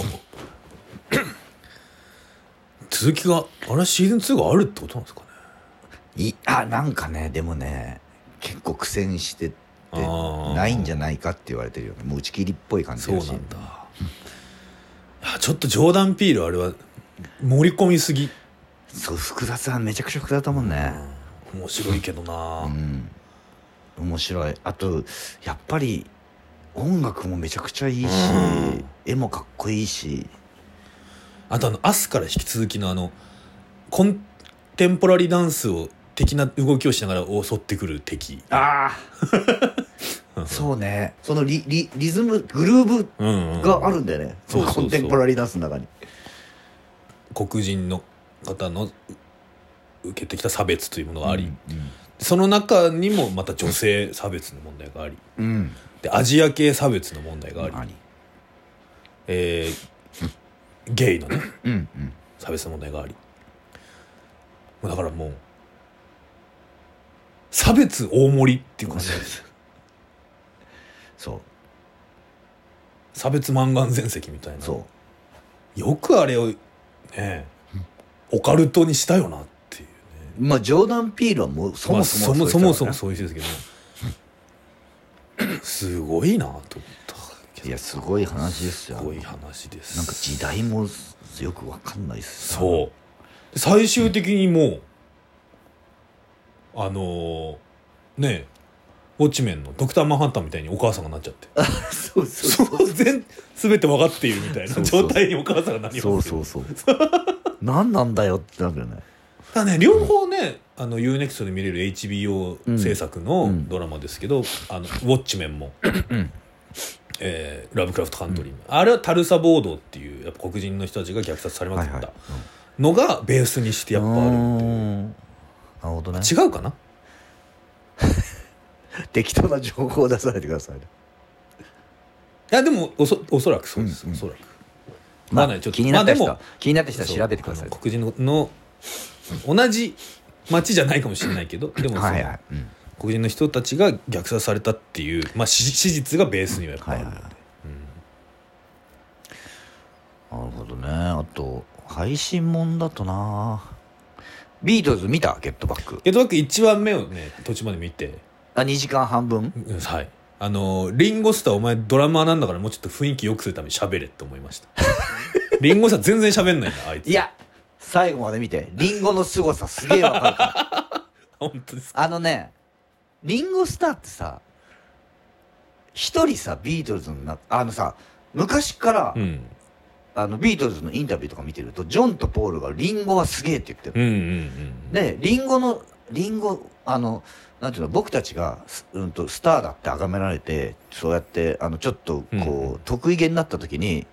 [SPEAKER 2] 続きがあれシーズン2があるってことなんですかね
[SPEAKER 1] いあなんかねでもね結構苦戦してて
[SPEAKER 2] あー
[SPEAKER 1] ないんじゃないかって言われてるよねもう打ち切りっぽい感じ
[SPEAKER 2] そう
[SPEAKER 1] だ
[SPEAKER 2] な
[SPEAKER 1] し
[SPEAKER 2] んだいやちょっとジョーダン・ピールあれは盛り込みすぎ
[SPEAKER 1] そう複雑はめちゃくちゃ複雑だもんね
[SPEAKER 2] 面白いけどな、
[SPEAKER 1] うん面白いあとやっぱり音楽もめちゃくちゃいいし、
[SPEAKER 2] うん
[SPEAKER 1] 絵もかっこいいし
[SPEAKER 2] あとあの明日から引き続きのあのコンテンポラリーダンスを的な動きをしながら襲ってくる敵
[SPEAKER 1] ああ そうねそのリリリズムグルーブ
[SPEAKER 2] うんうん
[SPEAKER 1] があるんだよね、
[SPEAKER 2] そうそうそ
[SPEAKER 1] コ
[SPEAKER 2] う
[SPEAKER 1] ンテンポラリーダンスの中に
[SPEAKER 2] 黒人の方の受けてきた差別というものがあり、
[SPEAKER 1] うん
[SPEAKER 2] その中にもまた女性差別の問題があり
[SPEAKER 1] うん、
[SPEAKER 2] でアジア系差別の問題があり、
[SPEAKER 1] あり
[SPEAKER 2] えーゲイのね
[SPEAKER 1] うんうん
[SPEAKER 2] 差別の問題がありもうだからもう差別大盛りっていう感じです
[SPEAKER 1] そう
[SPEAKER 2] 差別満願全席みたいな
[SPEAKER 1] そう
[SPEAKER 2] よくあれをねオカルトにしたよなっていうね
[SPEAKER 1] まあジョーダン・ピールはもうそ
[SPEAKER 2] まあ
[SPEAKER 1] も
[SPEAKER 2] そ
[SPEAKER 1] そも
[SPEAKER 2] もそもそも
[SPEAKER 1] う
[SPEAKER 2] そういう人ですけどすごいなと思ったけど
[SPEAKER 1] いやすごい話ですよ
[SPEAKER 2] すごい話です
[SPEAKER 1] なんか時代もよくわかんないっす
[SPEAKER 2] そうで最終的にもうあのーねえウォッチメンのドクター・マンハッタンみたいにお母さんがなっちゃって
[SPEAKER 1] う そうそう
[SPEAKER 2] その全全て分かっているみたい
[SPEAKER 1] そ
[SPEAKER 2] な
[SPEAKER 1] うそう
[SPEAKER 2] 状態にお母さんがなりますけど
[SPEAKER 1] そうそうそう何なんだよってなるよね
[SPEAKER 2] ただね両方ね、あの UNEXT で見れる HBO 制作
[SPEAKER 1] う
[SPEAKER 2] の
[SPEAKER 1] ん
[SPEAKER 2] ドラマですけど、あのウォッチメ ンも、えーラブクラフトカントリーも、あれはタルサ暴動っていうやっぱ黒人の人たちが虐殺されまくったのがベースにしてやっぱあ
[SPEAKER 1] う
[SPEAKER 2] るっていう
[SPEAKER 1] ーんなるほどね
[SPEAKER 2] 違うかな
[SPEAKER 1] 適当な情報を出さないでくださいね
[SPEAKER 2] いやでもおそおそらくそうです、
[SPEAKER 1] うんうん
[SPEAKER 2] おそらく
[SPEAKER 1] まあ
[SPEAKER 2] まだねちょっと
[SPEAKER 1] 気になった人
[SPEAKER 2] まあ
[SPEAKER 1] は
[SPEAKER 2] で
[SPEAKER 1] 気になった人は調べてください
[SPEAKER 2] そうあの黒人のの同じ町じゃないかもしれない けどでもその
[SPEAKER 1] はいはいうん
[SPEAKER 2] 黒人の人たちが虐殺されたっていう、まあ、史史実がベースにはやっぱあるので、
[SPEAKER 1] はいはいなるほどねあと配信もんだとなビートルズ見たゲットバック
[SPEAKER 2] ゲットバック1番目をね途中まで見て、
[SPEAKER 1] あ2時間半分
[SPEAKER 2] うんはいあのリンゴスターお前ドラマーなんだからもうちょっと雰囲気良くするために喋れって思いました リンゴスター全然喋んないなあいつ
[SPEAKER 1] いや最後まで見てリンゴの凄さすげえわかるから
[SPEAKER 2] 本当ですか
[SPEAKER 1] あのね、リンゴスターってさ、一人さ、ビートルズになっあのさ、昔から、
[SPEAKER 2] うん
[SPEAKER 1] あのビートルズのインタビューとか見てると、ジョンとポールがリンゴはすげえって言ってる。
[SPEAKER 2] うんうんうん
[SPEAKER 1] で、リンゴの、リンゴ、あの、なんていうの、僕たちがス、うん、とスターだって崇められて、そうやって、あの、ちょっと、こう、
[SPEAKER 2] うん
[SPEAKER 1] 得意げになった時に、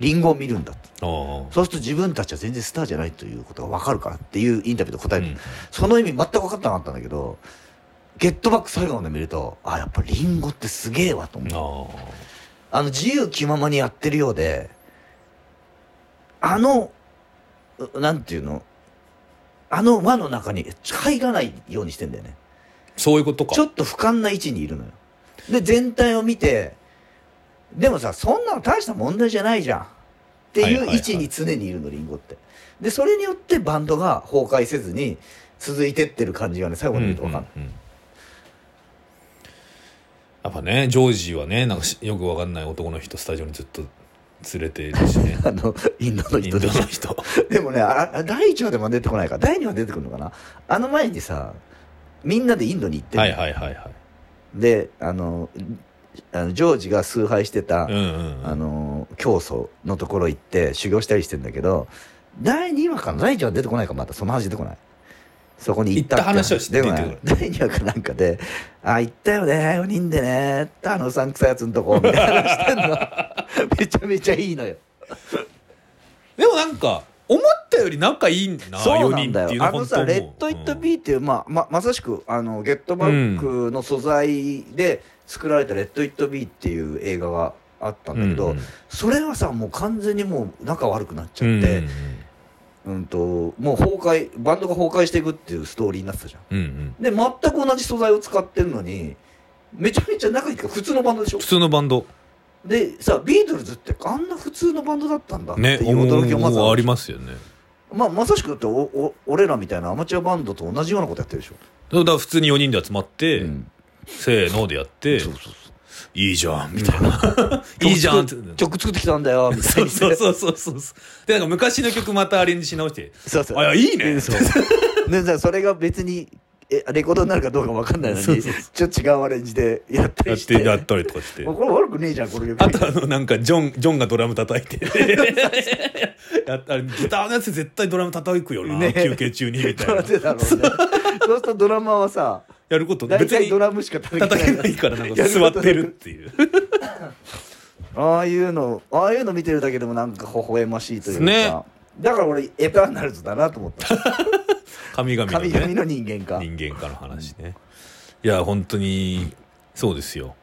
[SPEAKER 1] リンゴを見るんだって。
[SPEAKER 2] あー
[SPEAKER 1] そうすると自分たちは全然スターじゃないということがわかるからっていうインタビューで答えてる
[SPEAKER 2] うん
[SPEAKER 1] その意味全く分かってなかったんだけど、ゲットバック最後まで見ると、あ、やっぱリンゴってすげえわと思う。
[SPEAKER 2] ああ
[SPEAKER 1] あの、自由気ままにやってるようで、あの、うなんていうの、あの輪の中に入らないようにしてんだよね。
[SPEAKER 2] そういうことか
[SPEAKER 1] ちょっと俯瞰な位置にいるのよ。で、全体を見て、でもさ、そんなの大した問題じゃないじゃん。って
[SPEAKER 2] はい
[SPEAKER 1] い
[SPEAKER 2] は
[SPEAKER 1] う
[SPEAKER 2] いはい
[SPEAKER 1] 位置に常にいるの、リンゴって。で、それによってバンドが崩壊せずに続いてってる感じがね、最後まで見ると分かんない。
[SPEAKER 2] うんうんうんやっぱねジョージはねなんかしよくわかんない男の人スタジオにずっと連れているしね
[SPEAKER 1] あの、インドの
[SPEAKER 2] イン
[SPEAKER 1] 人
[SPEAKER 2] ド
[SPEAKER 1] で
[SPEAKER 2] の
[SPEAKER 1] しょ
[SPEAKER 2] 人
[SPEAKER 1] でもね、ああ第1話でも出てこないから、第2話出てくるのかなあの前にさ、みんなでインドに行ってる
[SPEAKER 2] はいはいはいはい
[SPEAKER 1] で、あの、あのジョージが崇拝してた、
[SPEAKER 2] うんうん
[SPEAKER 1] あのー教祖のところ行って修行したりしてんだけど第2話かな第1話出てこないかまたその話出てこないそこに行った
[SPEAKER 2] 行った話をし
[SPEAKER 1] 出
[SPEAKER 2] て
[SPEAKER 1] てこな
[SPEAKER 2] 出て
[SPEAKER 1] い第2話かなんかで「あ行ったよね4人でねあのうさんくさいやつのとこ」みたいな話してん のめちゃめちゃいいのよ
[SPEAKER 2] でもなんか思ったより仲いいんだな
[SPEAKER 1] そう
[SPEAKER 2] 4
[SPEAKER 1] なん
[SPEAKER 2] 人
[SPEAKER 1] だ
[SPEAKER 2] っていう
[SPEAKER 1] よ
[SPEAKER 2] の
[SPEAKER 1] あ
[SPEAKER 2] は
[SPEAKER 1] の
[SPEAKER 2] 本当
[SPEAKER 1] さ「
[SPEAKER 2] 思う
[SPEAKER 1] レッド・イット・
[SPEAKER 2] うん
[SPEAKER 1] ビー」っていう、まあ、ままさしくあのゲットバックの素材で作られた「レッド・イット・ビー」っていう映画があったんだけど、
[SPEAKER 2] うんうん
[SPEAKER 1] それはさもう完全にもう仲悪くなっちゃ
[SPEAKER 2] う
[SPEAKER 1] っ
[SPEAKER 2] ん
[SPEAKER 1] て、うんと、もう崩壊、バンドが崩壊していくっていうストーリーになってたじゃん。
[SPEAKER 2] うんうん
[SPEAKER 1] で、全く同じ素材を使ってるのに、めちゃめちゃ仲いいから普通のバンドでしょ
[SPEAKER 2] 普通のバンド
[SPEAKER 1] で、さ、ビートルズってあんな普通のバンドだったんだってい
[SPEAKER 2] ね
[SPEAKER 1] う驚きをまず
[SPEAKER 2] 思うあり
[SPEAKER 1] ま
[SPEAKER 2] ますよね
[SPEAKER 1] あ、まさしくだっておお、俺らみたいなアマチュアバンドと同じようなことやってるでしょ。
[SPEAKER 2] だから普通に4人で集まって、
[SPEAKER 1] うん
[SPEAKER 2] せーのでやって
[SPEAKER 1] そうそう
[SPEAKER 2] いいじゃんみたいな いいじゃんって
[SPEAKER 1] 曲作ってきたんだよ、みた
[SPEAKER 2] そ
[SPEAKER 1] いうに。
[SPEAKER 2] そうそうそうそうでなんか昔の曲またアレンジし直して
[SPEAKER 1] そうそう。
[SPEAKER 2] あいやいいね
[SPEAKER 1] そう。 でさそれが別に、え、レコードになるかどうかわかんないのに、
[SPEAKER 2] そうそう
[SPEAKER 1] ちょっと違うアレンジでやったり
[SPEAKER 2] やっ
[SPEAKER 1] してて。
[SPEAKER 2] やったりとかして
[SPEAKER 1] もうこれ悪くねえじゃん、この曲。
[SPEAKER 2] あとあのなんかジョンジョンがドラム叩いて やあれギターのやつ絶対ドラム叩くよな、
[SPEAKER 1] ね
[SPEAKER 2] 休憩中にみたいな
[SPEAKER 1] なんでだろうね。そうするとドラマーはさ、
[SPEAKER 2] やること
[SPEAKER 1] 大
[SPEAKER 2] 別
[SPEAKER 1] 体
[SPEAKER 2] に
[SPEAKER 1] ドラムしか叩
[SPEAKER 2] 叩け
[SPEAKER 1] け
[SPEAKER 2] な
[SPEAKER 1] ないい。
[SPEAKER 2] からなんか座ってるっていう
[SPEAKER 1] ああいうの、ああいうの見てるだけでもなんか微笑ましいというか。
[SPEAKER 2] ね
[SPEAKER 1] だから俺、エターナルズだなと思った。
[SPEAKER 2] 神々の,、
[SPEAKER 1] 神々
[SPEAKER 2] ね、
[SPEAKER 1] の人間か。
[SPEAKER 2] 人間化の話ねいや本当にそうですよ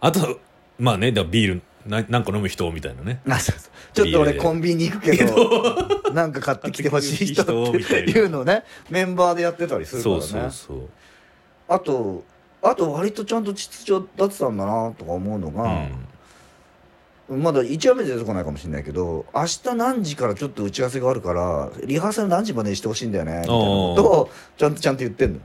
[SPEAKER 2] あとまあねだからビールななんか飲む人みたいなね
[SPEAKER 1] あそうそうちょっと
[SPEAKER 2] いい
[SPEAKER 1] 俺
[SPEAKER 2] ね
[SPEAKER 1] コンビニ行くけど、なんか買ってきてほしい人
[SPEAKER 2] 買ってき
[SPEAKER 1] って
[SPEAKER 2] ほしい人みたい
[SPEAKER 1] て
[SPEAKER 2] な
[SPEAKER 1] いうのをね、メンバーでやってたりするか
[SPEAKER 2] そうそ
[SPEAKER 1] ら
[SPEAKER 2] う
[SPEAKER 1] ね。
[SPEAKER 2] そう、
[SPEAKER 1] あと、あと割とちゃんと秩序だってたんだなとか思うの
[SPEAKER 2] う
[SPEAKER 1] が、
[SPEAKER 2] ん、
[SPEAKER 1] まだ1話目で出てこないかもしれないけど明日何時からちょっと打ち合わせがあるからリハーサル何時までにしてほしいんだよねみたいなことをちゃんとちゃんと言ってんのよ、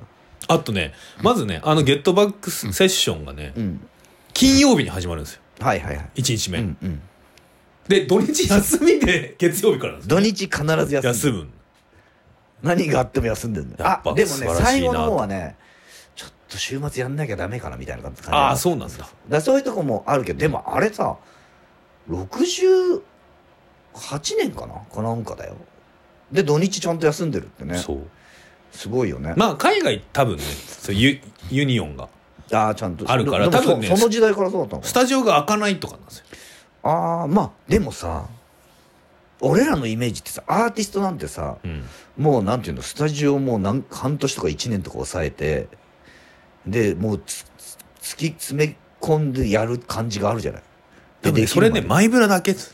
[SPEAKER 2] あとねまずねあの「ゲットバックスセッション」がね
[SPEAKER 1] うん、
[SPEAKER 2] 金曜日に始まるんですよ
[SPEAKER 1] はいはいはい
[SPEAKER 2] 1日目、
[SPEAKER 1] うんうん
[SPEAKER 2] で土日休みで 月曜日からなんですよ
[SPEAKER 1] 土日必ず休む
[SPEAKER 2] 休む
[SPEAKER 1] 何があっても休んでるんだよ
[SPEAKER 2] やっぱ
[SPEAKER 1] あでも
[SPEAKER 2] 素晴
[SPEAKER 1] ね
[SPEAKER 2] らしいな
[SPEAKER 1] 最後の方はねちょっと週末やんなきゃダメかなみたいな感じ感じ
[SPEAKER 2] ああそうなんだ
[SPEAKER 1] だからそういうとこもあるけどでもあれさ68年かなかなんかだよで土日ちゃんと休んでるってね
[SPEAKER 2] そう
[SPEAKER 1] すごいよね、
[SPEAKER 2] まあ海外多分ねそうユユニオンが
[SPEAKER 1] ああちゃんと
[SPEAKER 2] あるから
[SPEAKER 1] でもそ
[SPEAKER 2] 多分ね
[SPEAKER 1] その時代からそうだったのか
[SPEAKER 2] スタジオが開かないとかなんですよ
[SPEAKER 1] なああまあでもさ俺らのイメージってさアーティストなんてさ
[SPEAKER 2] うん
[SPEAKER 1] もうなんていうのスタジオもう何半年とか1年とか抑えてでもうつつ突き詰め込んでやる感じがあるじゃない
[SPEAKER 2] でもね
[SPEAKER 1] でき
[SPEAKER 2] そ
[SPEAKER 1] るま
[SPEAKER 2] れ
[SPEAKER 1] で
[SPEAKER 2] ねマイブラだけっす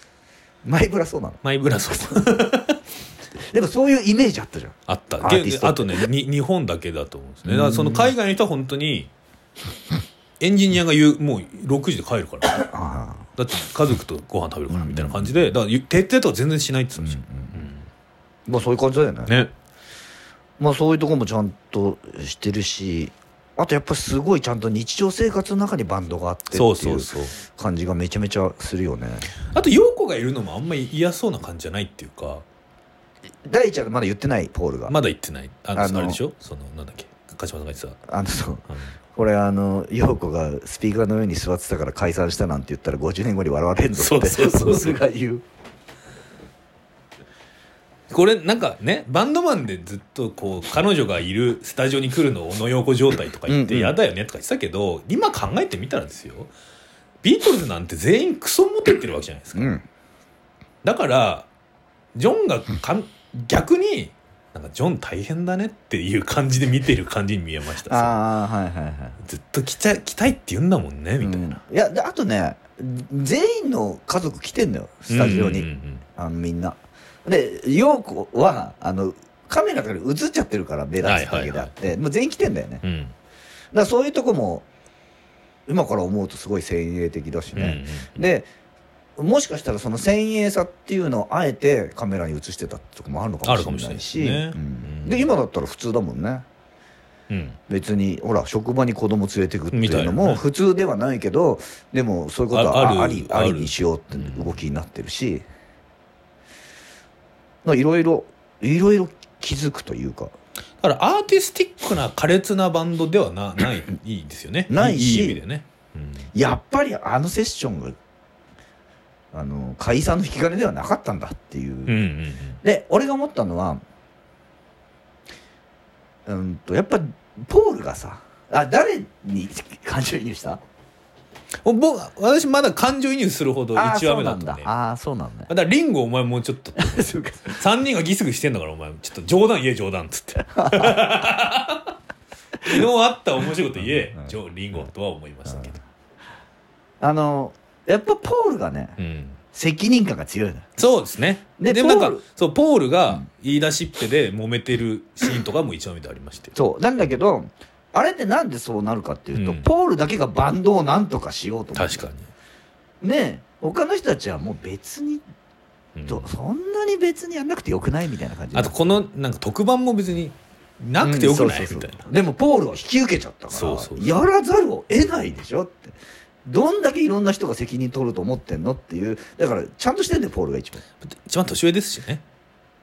[SPEAKER 1] マイブラそうなの
[SPEAKER 2] マイブラそう
[SPEAKER 1] でもそういうイメージあったじゃん
[SPEAKER 2] あった
[SPEAKER 1] アーティスト
[SPEAKER 2] あとねに日本だけだと思うんですねだ
[SPEAKER 1] う
[SPEAKER 2] から
[SPEAKER 1] ん
[SPEAKER 2] その海外の人は本当にエンジニアが言うもう6時で帰るからだ
[SPEAKER 1] あ
[SPEAKER 2] って家族とご飯食べるからみたいな感じでだから徹底とか全然しないって言ってたんですよ、
[SPEAKER 1] あまあそういう感じだよね
[SPEAKER 2] ね
[SPEAKER 1] まあそういうとこもちゃんとしてるしあとやっぱすごいちゃんと日常生活の中にバンドがあってって
[SPEAKER 2] そうそ
[SPEAKER 1] いうう
[SPEAKER 2] そう
[SPEAKER 1] 感じがめちゃめちゃするよね
[SPEAKER 2] あと陽子がいるのもあんまり嫌そうな感じじゃないっていうか
[SPEAKER 1] 大ちゃんまだ言ってないポールが、
[SPEAKER 2] まだ行ってないあの
[SPEAKER 1] あ
[SPEAKER 2] あ
[SPEAKER 1] の
[SPEAKER 2] れでしょそのなんだっけ鹿島さんが言ってた
[SPEAKER 1] あのそう
[SPEAKER 2] あの
[SPEAKER 1] 俺あの陽子がスピーカーの上に座ってたから解散したなんて言ったら50年後に笑われんぞって
[SPEAKER 2] そうそうそうそう
[SPEAKER 1] 僕が言う
[SPEAKER 2] これなんかねバンドマンでずっとこう彼女がいるスタジオに来るのを小野陽子状態とか言っ
[SPEAKER 1] うん
[SPEAKER 2] て
[SPEAKER 1] うん
[SPEAKER 2] 嫌だよねとか言ってたけど今考えてみたらですよビートルズなんて全員クソモテてるわけじゃないですか
[SPEAKER 1] うん
[SPEAKER 2] だからジョンがかん逆になんかジョン大変だねっていう感じで見てる感じに見えましたさ
[SPEAKER 1] ああはいはいはい
[SPEAKER 2] ずっと来ちゃ来たいって言うんだもんねみたいな、
[SPEAKER 1] うんいやであとね全員の家族来てんのよスタジオに、
[SPEAKER 2] うんうんうん
[SPEAKER 1] あのみんなで陽子はあのカメラから映っちゃってるから目立つだけであって、もう全員来てんだよねだか
[SPEAKER 2] うんうん
[SPEAKER 1] らそういうとこも今から思うとすごい先鋭的だし
[SPEAKER 2] うん
[SPEAKER 1] ね、
[SPEAKER 2] うん
[SPEAKER 1] でもしかしたらその先鋭さっていうのをあえてカメラに映してたってとこもあるのかもしれないし
[SPEAKER 2] あるかもしれないですね
[SPEAKER 1] うん
[SPEAKER 2] うん
[SPEAKER 1] で今だったら普通だもんね
[SPEAKER 2] うん
[SPEAKER 1] 別にほら職場に子供連れてくっていうの
[SPEAKER 2] みたいな
[SPEAKER 1] も
[SPEAKER 2] ね
[SPEAKER 1] 普通ではないけどでもそういうことは
[SPEAKER 2] あある
[SPEAKER 1] あありあ
[SPEAKER 2] ある
[SPEAKER 1] りにしようって
[SPEAKER 2] うん
[SPEAKER 1] 動きになってるしまあいろいろいろいろ気づくというか
[SPEAKER 2] だからアーティスティックな苛烈なバンドでは なないいいですよね
[SPEAKER 1] ないし
[SPEAKER 2] いい意味でね、うん
[SPEAKER 1] やっぱりあのセッションがあの解散の引き金ではなかったんだっていう。
[SPEAKER 2] うんうんうん
[SPEAKER 1] で俺が思ったのはうんとやっぱポールがさあ誰に感情移入した
[SPEAKER 2] お僕私まだ感情移入するほど
[SPEAKER 1] あー
[SPEAKER 2] 1話目だ
[SPEAKER 1] そう
[SPEAKER 2] ったん
[SPEAKER 1] な
[SPEAKER 2] で
[SPEAKER 1] んだあーそうなんだ
[SPEAKER 2] だからリンゴお前もうちょっと
[SPEAKER 1] そうか
[SPEAKER 2] 3人がギスギスしてんだからお前ちょっと冗談言え冗談っつって 昨日あった面白いこと言え
[SPEAKER 1] うん
[SPEAKER 2] ジョーリンゴとは思いましたけど、
[SPEAKER 1] あのやっぱポールがね
[SPEAKER 2] うん
[SPEAKER 1] 責任感が強いのよ
[SPEAKER 2] そうですね
[SPEAKER 1] で
[SPEAKER 2] で
[SPEAKER 1] ポー
[SPEAKER 2] な
[SPEAKER 1] ル
[SPEAKER 2] んかそうポールが言い出しっぺで揉めてるシーンとかも1話目でありまして
[SPEAKER 1] そうなんだけどあれってなんでそうなるかっていうと、
[SPEAKER 2] うん
[SPEAKER 1] ポールだけがバンドをなんとかしようと思って
[SPEAKER 2] 確か
[SPEAKER 1] ねえ他の人たちはもう別に
[SPEAKER 2] に、うん
[SPEAKER 1] と、そんなに別にやんなくてよくないみたいな感じ
[SPEAKER 2] あとこのなんか特番も別になくてよくない、
[SPEAKER 1] うんそう
[SPEAKER 2] み
[SPEAKER 1] そ
[SPEAKER 2] た
[SPEAKER 1] う
[SPEAKER 2] い
[SPEAKER 1] そう
[SPEAKER 2] な
[SPEAKER 1] でもポールは引き受けちゃったから
[SPEAKER 2] そうそうそう
[SPEAKER 1] やらざるを得ないでしょってどんだけいろんな人が責任取ると思ってんのっていうだからちゃんとしてんだよポールが一番
[SPEAKER 2] 一番年上ですしね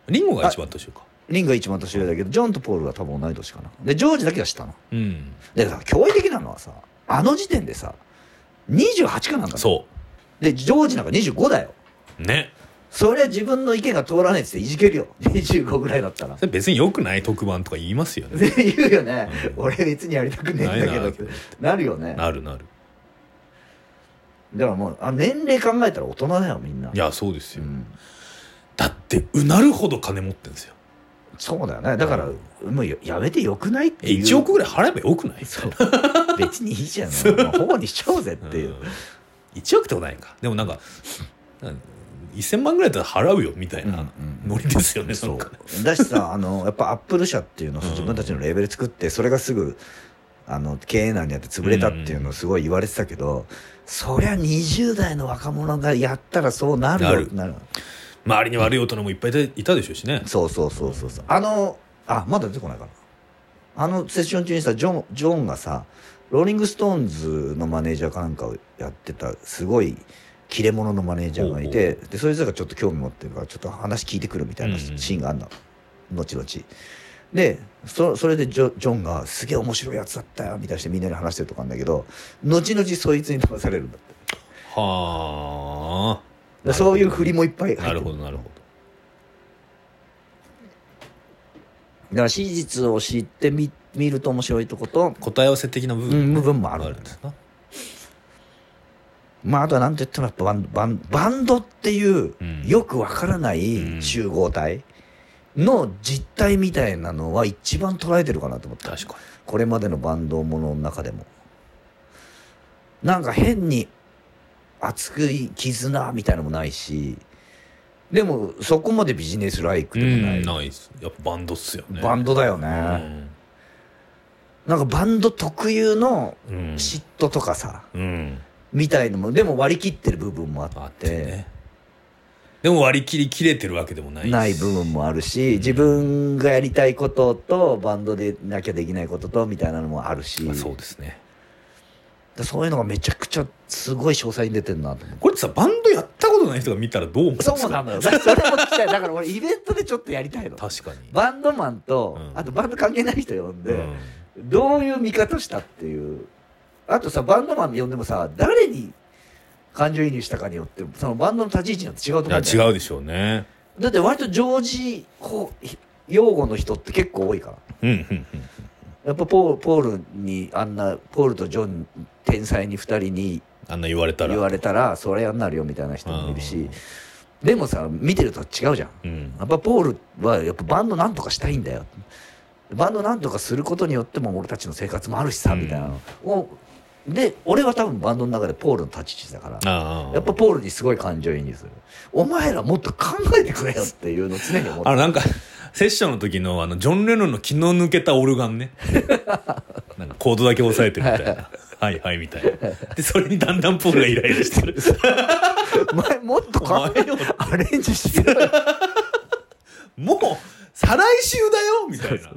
[SPEAKER 2] リンゴが一番年上か
[SPEAKER 1] リンが一番年上だけどジョンとポールが多分同い年かなでジョージだけは下なの
[SPEAKER 2] うん
[SPEAKER 1] でさ驚異的なのはさあの時点でさ28かなんだね
[SPEAKER 2] そ
[SPEAKER 1] でジョージなんか25だよ
[SPEAKER 2] うね
[SPEAKER 1] そりゃ自分の意見が通らないっつっていじけるよ25ぐらいだったら
[SPEAKER 2] それ別に良くない特番とか言いますよね
[SPEAKER 1] で言うよね、
[SPEAKER 2] うん
[SPEAKER 1] 俺別にやりたくねえんだけど
[SPEAKER 2] ないな
[SPEAKER 1] ってなるよね
[SPEAKER 2] なるなる
[SPEAKER 1] だからもうあ年齢考えたら大人だよみんない
[SPEAKER 2] やそうです
[SPEAKER 1] う
[SPEAKER 2] よ、
[SPEAKER 1] ん、
[SPEAKER 2] だってうなるほど金持ってんですよ
[SPEAKER 1] そうだよねだからもうやめてよくないって
[SPEAKER 2] え
[SPEAKER 1] いう
[SPEAKER 2] 1億ぐらい払えばよくない
[SPEAKER 1] そう別にいいじゃんもう保護にしちゃおうぜっていう、
[SPEAKER 2] ん1億ってことないかでもなんかなん1000万ぐらいだったら払うよみたいなノリですよね、
[SPEAKER 1] そ
[SPEAKER 2] なんか
[SPEAKER 1] うだしさあ のやっぱアップル社っていうのを
[SPEAKER 2] うん
[SPEAKER 1] 自分たちのレーベル作ってそれがすぐあの経営難にあって潰れたっていうのをすごい言われてたけど、そりゃ20代の若者がやったらそうなるよ
[SPEAKER 2] なる
[SPEAKER 1] なる
[SPEAKER 2] 周りに悪い大人もいっぱいいたいたでしょうしね
[SPEAKER 1] そうそうそうそうそうあのあまだ出てこないかなあのセッション中にさジョンジョンがさローリング・ストーンズのマネージャーかなんかをやってたすごい切れ者のマネージャーがいてでそいつらがちょっと興味持ってるからちょっと話聞いてくるみたいなシ
[SPEAKER 2] うんうん
[SPEAKER 1] ーンがあんの、後々でそそれでジョジョンが「すげえ面白いやつだったよ」みたいにしてみんなに話してるとかなんだけど後々そいつに騙されるんだって
[SPEAKER 2] は
[SPEAKER 1] で
[SPEAKER 2] あ
[SPEAKER 1] そういう振り
[SPEAKER 2] も
[SPEAKER 1] もいっぱい入って
[SPEAKER 2] なるほどなるほど
[SPEAKER 1] だから史実を知ってみ見ると面白いとこと、
[SPEAKER 2] 答え合わせ的な部
[SPEAKER 1] う
[SPEAKER 2] 分
[SPEAKER 1] ん、部分
[SPEAKER 2] も
[SPEAKER 1] も
[SPEAKER 2] あ
[SPEAKER 1] あ
[SPEAKER 2] る
[SPEAKER 1] る
[SPEAKER 2] んですな
[SPEAKER 1] まああとはなんと言ってもやっぱバンドバンバンドっていう
[SPEAKER 2] うん
[SPEAKER 1] よくわからな
[SPEAKER 2] うん
[SPEAKER 1] い集合体の実態みたいなのは一番捉えてるかなと思った
[SPEAKER 2] 確か
[SPEAKER 1] これまでのバンドものの中でもなんか変に熱くい絆みたいなのもないしでもそこまでビジネスライク
[SPEAKER 2] に
[SPEAKER 1] で
[SPEAKER 2] う
[SPEAKER 1] もない、
[SPEAKER 2] んないっすやっぱバンドっすよね
[SPEAKER 1] バンドだよね、なんかバンド特有の
[SPEAKER 2] うんうん
[SPEAKER 1] 嫉妬とかさ
[SPEAKER 2] うん
[SPEAKER 1] みたいのもでも割り切ってる部分もあって
[SPEAKER 2] あってねでも割り切り切れてるわけでもないし
[SPEAKER 1] ない部分もあるし、自分がやりたいこととバンドでなきゃできないこととみたいなのもあるし、
[SPEAKER 2] まあそうですね
[SPEAKER 1] でそういうのがめちゃくちゃすごい詳細に出てるなと思って。
[SPEAKER 2] これってさバンドやったことない人が見たらどう思うんですか
[SPEAKER 1] そうなの よ。それも聞きたい。だから俺イベントでちょっとやりたいの。
[SPEAKER 2] 確かに
[SPEAKER 1] バンドマンと、
[SPEAKER 2] うん
[SPEAKER 1] あとバンド関係ない人呼んで、
[SPEAKER 2] うん
[SPEAKER 1] どういう見方したっていう。あとさ、バンドマン呼んでもさ、誰に感情移入したかによって、そのバンドの立ち位置によって違うと
[SPEAKER 2] い
[SPEAKER 1] 思
[SPEAKER 2] や
[SPEAKER 1] うんだよ。
[SPEAKER 2] 違うでしょうね
[SPEAKER 1] だって割と常時、こう、用語の人って結構多いから。
[SPEAKER 2] うんうんうん
[SPEAKER 1] やっぱポールポールにあんなポールとジョン天才に2人に
[SPEAKER 2] あんな言われたら
[SPEAKER 1] 言われたらそれやんなるよみたいな人もいるし
[SPEAKER 2] あ
[SPEAKER 1] でもさ見てると違うじゃん
[SPEAKER 2] うん
[SPEAKER 1] やっぱポールはやっぱバンドなんとかしたいんだよバンドなんとかすることによっても俺たちの生活もあるしさ
[SPEAKER 2] うん
[SPEAKER 1] みたいなのをで俺は多分バンドの中でポールの立ち位置だから
[SPEAKER 2] ああ
[SPEAKER 1] やっぱポールにすごい感情移入するお前らもっと考えてくれよっていうのを常に思って
[SPEAKER 2] あのなんかセッションの時のあのジョン・レノンの気の抜けたオルガ ンねなんかコードだけ押さえてるみたいなはいはいみたいなでそれにだんだんポールがイライラして る
[SPEAKER 1] お前もっと考えようアレンジしてよ
[SPEAKER 2] もう再来週だよみたいな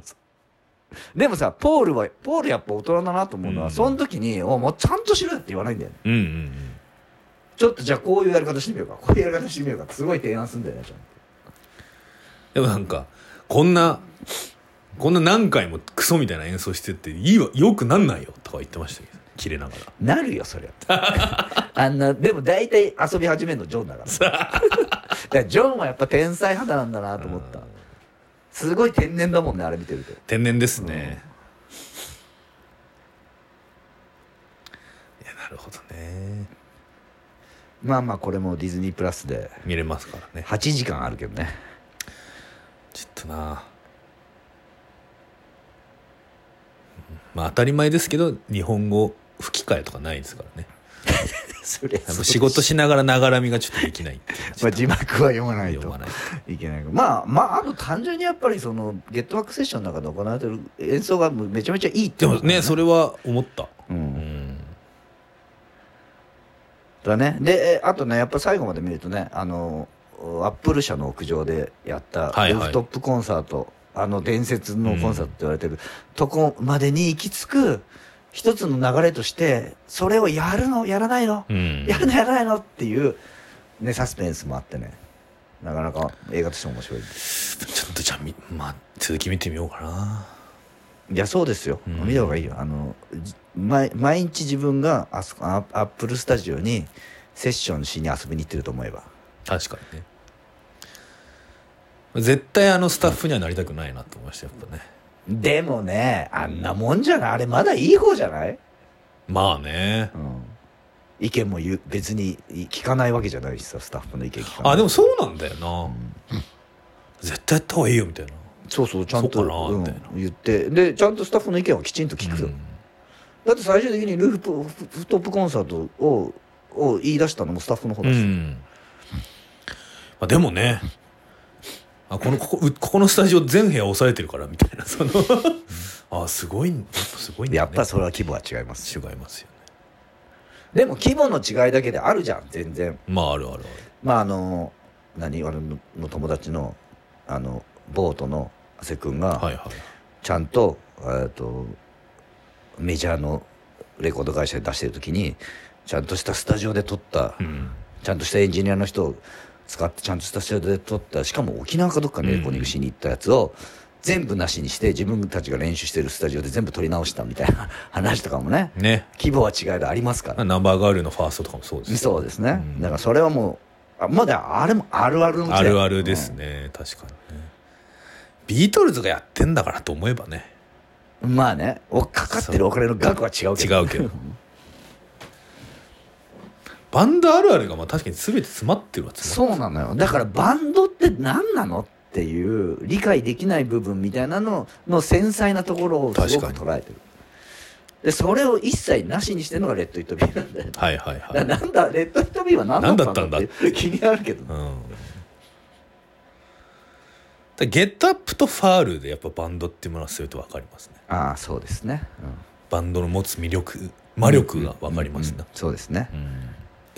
[SPEAKER 1] でもさ、ポールは、ポールやっぱ大人だなと思うのは、
[SPEAKER 2] うん
[SPEAKER 1] その時に、おもうちゃんとしろよって言わないんだよね。
[SPEAKER 2] うんうんうん
[SPEAKER 1] ちょっとじゃあこういうやり方してみようか、こういうやり方してみようかってすごい提案すんだよね、ちゃんと。
[SPEAKER 2] でもなんかこんなこんな何回もクソみたいな演奏してっていいわよくなんないよとか言ってましたけど切れながら
[SPEAKER 1] なるよ、そりゃ。 あんな、でも大体遊び始めるのジョンだから。 だからジョンはやっぱ天才肌なんだなと思った
[SPEAKER 2] うん。
[SPEAKER 1] すごい天然だもんね、あれ見てると。
[SPEAKER 2] 天然ですね、いやなるほどね
[SPEAKER 1] まあまあ、これもディズニープラスで、
[SPEAKER 2] 見れますからね
[SPEAKER 1] 8時間あるけどね。
[SPEAKER 2] ちょっとなまあ当たり前ですけど日本語吹き替えとかないですからね
[SPEAKER 1] そりゃ
[SPEAKER 2] やっ
[SPEAKER 1] そう
[SPEAKER 2] ぱ仕事しながらながらみがちょっとできないって
[SPEAKER 1] まあ字幕は読まない
[SPEAKER 2] 読
[SPEAKER 1] と
[SPEAKER 2] ま。ない
[SPEAKER 1] いけないまあまああと単純にやっぱりそのゲットワークセッションの中で行われてる演奏がめちゃめちゃいいって
[SPEAKER 2] で
[SPEAKER 1] こ
[SPEAKER 2] も
[SPEAKER 1] と
[SPEAKER 2] ねそれは思った
[SPEAKER 1] う
[SPEAKER 2] うんん
[SPEAKER 1] だねでえあとねやっぱ最後まで見るとねあのアップル社の屋上でやった
[SPEAKER 2] はいはい
[SPEAKER 1] ルーフトップコンサート、あの伝説のコンサートって言われてる、とこまでに行き着く一つの流れとしてそれをやるのやらないの、
[SPEAKER 2] うん
[SPEAKER 1] やるのやらないのっていうねサスペンスもあってねなかなか映画としても面白い
[SPEAKER 2] ちょっとじゃあみまあ続き見てみようかない
[SPEAKER 1] やそうですよ、
[SPEAKER 2] うん
[SPEAKER 1] 見た方がいいよあのじ毎毎日自分があそこアアップルスタジオにセッションしに遊びに行ってると思えば
[SPEAKER 2] 確かにね絶対あのスタッフにはなりたくないなと思いましたやっぱね
[SPEAKER 1] でもねあんなもんじゃないあれまだいい方じゃない、
[SPEAKER 2] まあね
[SPEAKER 1] うん、意見も言う別にい聞かないわけじゃないしさスタッフの意見聞かない
[SPEAKER 2] あでもそうなんだよな、
[SPEAKER 1] ん
[SPEAKER 2] 絶対やった方がいいよみたいな
[SPEAKER 1] そうそうちゃんと
[SPEAKER 2] そうかなみたいな
[SPEAKER 1] うん言ってでちゃんとスタッフの意見はきちんと聞くよ、
[SPEAKER 2] うん
[SPEAKER 1] だって最終的にループフフトップコンサートをを言い出したのもスタッフの方だし、
[SPEAKER 2] うんまあ、でもねあこのここうここのスタジオ全部屋押さえてるからみたいなその あすごいんすごいんだ、ね、
[SPEAKER 1] やっぱそれは規模は違います
[SPEAKER 2] 違いますよね
[SPEAKER 1] でも規模の違いだけであるじゃん全然
[SPEAKER 2] まああるあるある
[SPEAKER 1] まああの何俺のの友達のあのボートの瀬君が
[SPEAKER 2] はいはい
[SPEAKER 1] ちゃんと,、えっとメジャーのレコード会社で出してる時にちゃんとしたスタジオで撮った
[SPEAKER 2] うん
[SPEAKER 1] ちゃんとしたエンジニアの人を使ってちゃんとしたスタジオで撮ったしかも沖縄かどっかにレコーディングしに行ったやつを全部なしにして自分たちが練習してるスタジオで全部撮り直したみたいな 話とかもね
[SPEAKER 2] ね
[SPEAKER 1] 規模は違いでありますから
[SPEAKER 2] ナンバーガールのファーストとかもそうですよ
[SPEAKER 1] そうですね
[SPEAKER 2] うん
[SPEAKER 1] だからそれはもうあまだあれもあるあるのうちだ
[SPEAKER 2] あ
[SPEAKER 1] よ
[SPEAKER 2] るあるですね、確かにねビートルズがやってんだからと思えばね
[SPEAKER 1] うんまあねおかかってるお金の額は違うけど
[SPEAKER 2] 違うけどバンドあるあるがまあ確かに全て詰まってるは詰まっ
[SPEAKER 1] そうなのよだからバンドって何なのっていう理解できない部分みたいなのの繊細なところをすごく
[SPEAKER 2] 確か
[SPEAKER 1] 捉えてるでそれを一切なしにしてるのがレッド・イット・ビーなんだよ
[SPEAKER 2] てはいはいは
[SPEAKER 1] だ
[SPEAKER 2] い
[SPEAKER 1] からなんだレッド・イット・ビーは何だったんだっ
[SPEAKER 2] 何だ
[SPEAKER 1] て気になるけどね
[SPEAKER 2] うんだゲットアップとファールでやっぱバンドっていうものはすると分かりますね
[SPEAKER 1] ああそうですね、うん
[SPEAKER 2] バンドの持つ魅力魔力が分かりますね、
[SPEAKER 1] うんそうですね
[SPEAKER 2] うん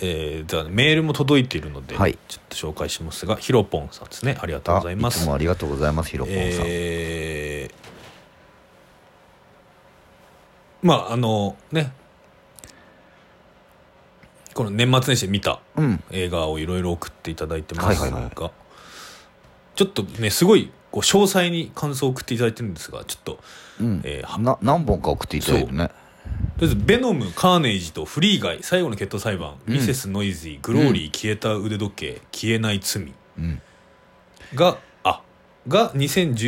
[SPEAKER 2] えーじゃあメールも届いているので、
[SPEAKER 1] はい
[SPEAKER 2] ちょっと紹介しますがひろぽんさんですねありがとうございま
[SPEAKER 1] あ
[SPEAKER 2] す
[SPEAKER 1] つもありがとうございますヒロポンさん、
[SPEAKER 2] えーまああのねこの年末年始で見た
[SPEAKER 1] うん
[SPEAKER 2] 映画をいろいろ送っていただいてま
[SPEAKER 1] は
[SPEAKER 2] すが、
[SPEAKER 1] いはいはい
[SPEAKER 2] ちょっとねすごいこう詳細に感想を送っていただいてるんですがちょっと
[SPEAKER 1] うん、
[SPEAKER 2] えーは
[SPEAKER 1] な何本か送っていただいてね
[SPEAKER 2] とりあえず「ベノム」「カーネイジ」と「フリーガイ」「最後の決闘裁判」
[SPEAKER 1] うん
[SPEAKER 2] ミセス・ノイズイ」「グローリー」消えた腕時計」「消えない罪
[SPEAKER 1] うん」
[SPEAKER 2] があが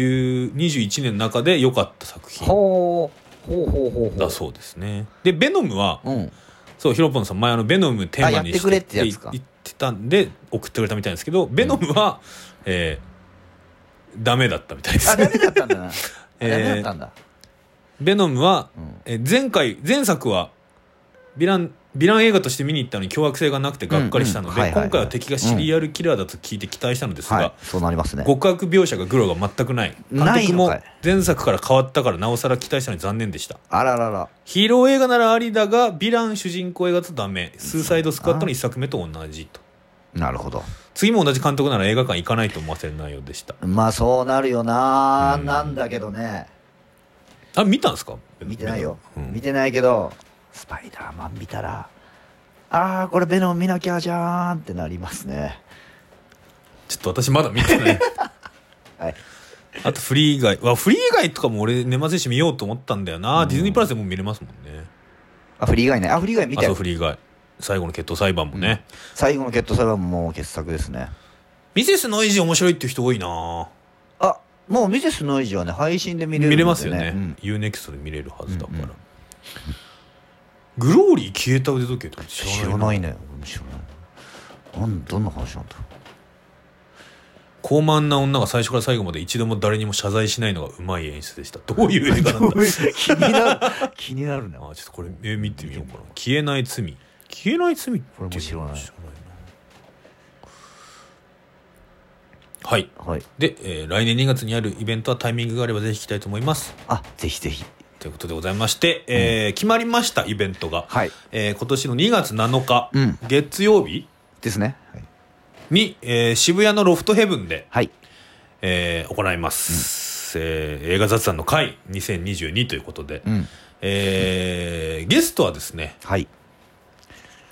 [SPEAKER 2] 2021年の中で良かった作品
[SPEAKER 1] ほうほうほうほうほう
[SPEAKER 2] だそうですねでベノムは
[SPEAKER 1] うん
[SPEAKER 2] そうヒロポンさん前あのベノムテーマに
[SPEAKER 1] あやってくれってやつか
[SPEAKER 2] 言ってたんで送ってくれたみたいなんですけどベノムは、えーダメだったみたいで
[SPEAKER 1] あ
[SPEAKER 2] す
[SPEAKER 1] ダメだったんだな、
[SPEAKER 2] えー
[SPEAKER 1] ダメだったんだ、
[SPEAKER 2] ベノムは、
[SPEAKER 1] うん
[SPEAKER 2] えー前回前作はヴィランヴィラン映画として見に行ったのに凶悪性がなくてがっかりしたの
[SPEAKER 1] うんうんは
[SPEAKER 2] で
[SPEAKER 1] いはいはい
[SPEAKER 2] 今回は敵がシリアルキラーだと聞いて期待したのですが、
[SPEAKER 1] はい、そうなりますね。
[SPEAKER 2] 極悪描写がグロが全くない監
[SPEAKER 1] ない
[SPEAKER 2] 督
[SPEAKER 1] の
[SPEAKER 2] も
[SPEAKER 1] かい
[SPEAKER 2] 前作から変わったからなおさら期待したのに残念でした
[SPEAKER 1] あららら。
[SPEAKER 2] ヒーロー映画ならありだがヴィラン主人公映画だとダメスーサイドスカットの一作目と同じと
[SPEAKER 1] なるほど。
[SPEAKER 2] 次も同じ監督なら映画館行かないと思わせる内容でした
[SPEAKER 1] まあそうなるよな、
[SPEAKER 2] うん
[SPEAKER 1] なんだけどね。
[SPEAKER 2] あ見たんですか
[SPEAKER 1] 見てないよ。
[SPEAKER 2] うん
[SPEAKER 1] 見てないけど、スパイダーマン見たら、ああ、これベノン見なきゃじゃーんってなりますね。
[SPEAKER 2] ちょっと私まだ見 てない
[SPEAKER 1] はい。
[SPEAKER 2] あとフリー以外わフリー以外とかも俺年末年始見ようと思ったんだよな、ディズニープラスでもう見れますもんね
[SPEAKER 1] あ、フリー以外ね。あ、フリー以外見
[SPEAKER 2] あ
[SPEAKER 1] た
[SPEAKER 2] と
[SPEAKER 1] よ。
[SPEAKER 2] フリー以外最後の決闘裁判もね、
[SPEAKER 1] 最後のケットサイバーももう傑作ですね。
[SPEAKER 2] ミセスノイジー面白いっていう人多いな
[SPEAKER 1] あ、もうミセスノイジーはね、配信で見れるん
[SPEAKER 2] 見
[SPEAKER 1] で、
[SPEAKER 2] れますよね、
[SPEAKER 1] うん
[SPEAKER 2] UNEXT で見れるはずだから、
[SPEAKER 1] うんうん
[SPEAKER 2] グローリー消えた腕時計とか知
[SPEAKER 1] 知
[SPEAKER 2] ら
[SPEAKER 1] ら
[SPEAKER 2] ない
[SPEAKER 1] ないね。俺も知らない。なんどんな話なんだろ
[SPEAKER 2] 高慢な女が最初から最後まで一度も誰にも謝罪しないのがうまい演出でしたどういう映画なんだ
[SPEAKER 1] う 気になる。気になるね。
[SPEAKER 2] あちょっとこれ、えー見てみようかな消えない罪消えない罪って
[SPEAKER 1] これも知らない
[SPEAKER 2] なはい
[SPEAKER 1] はい。
[SPEAKER 2] で、えー来年2月にあるイベントはタイミングがあればぜひ行きたいと思います
[SPEAKER 1] あ、ぜひぜひ。
[SPEAKER 2] ということでございまして、えー決まりましたイベントが、
[SPEAKER 1] はい。
[SPEAKER 2] えー今年の2月7日、
[SPEAKER 1] うん
[SPEAKER 2] 月曜日
[SPEAKER 1] ですね。はい。
[SPEAKER 2] に、えー渋谷のロフトヘブンで、
[SPEAKER 1] はい。
[SPEAKER 2] えー行います、えー映画雑談の会2022ということで、
[SPEAKER 1] うん。
[SPEAKER 2] えーゲストはですね
[SPEAKER 1] はい。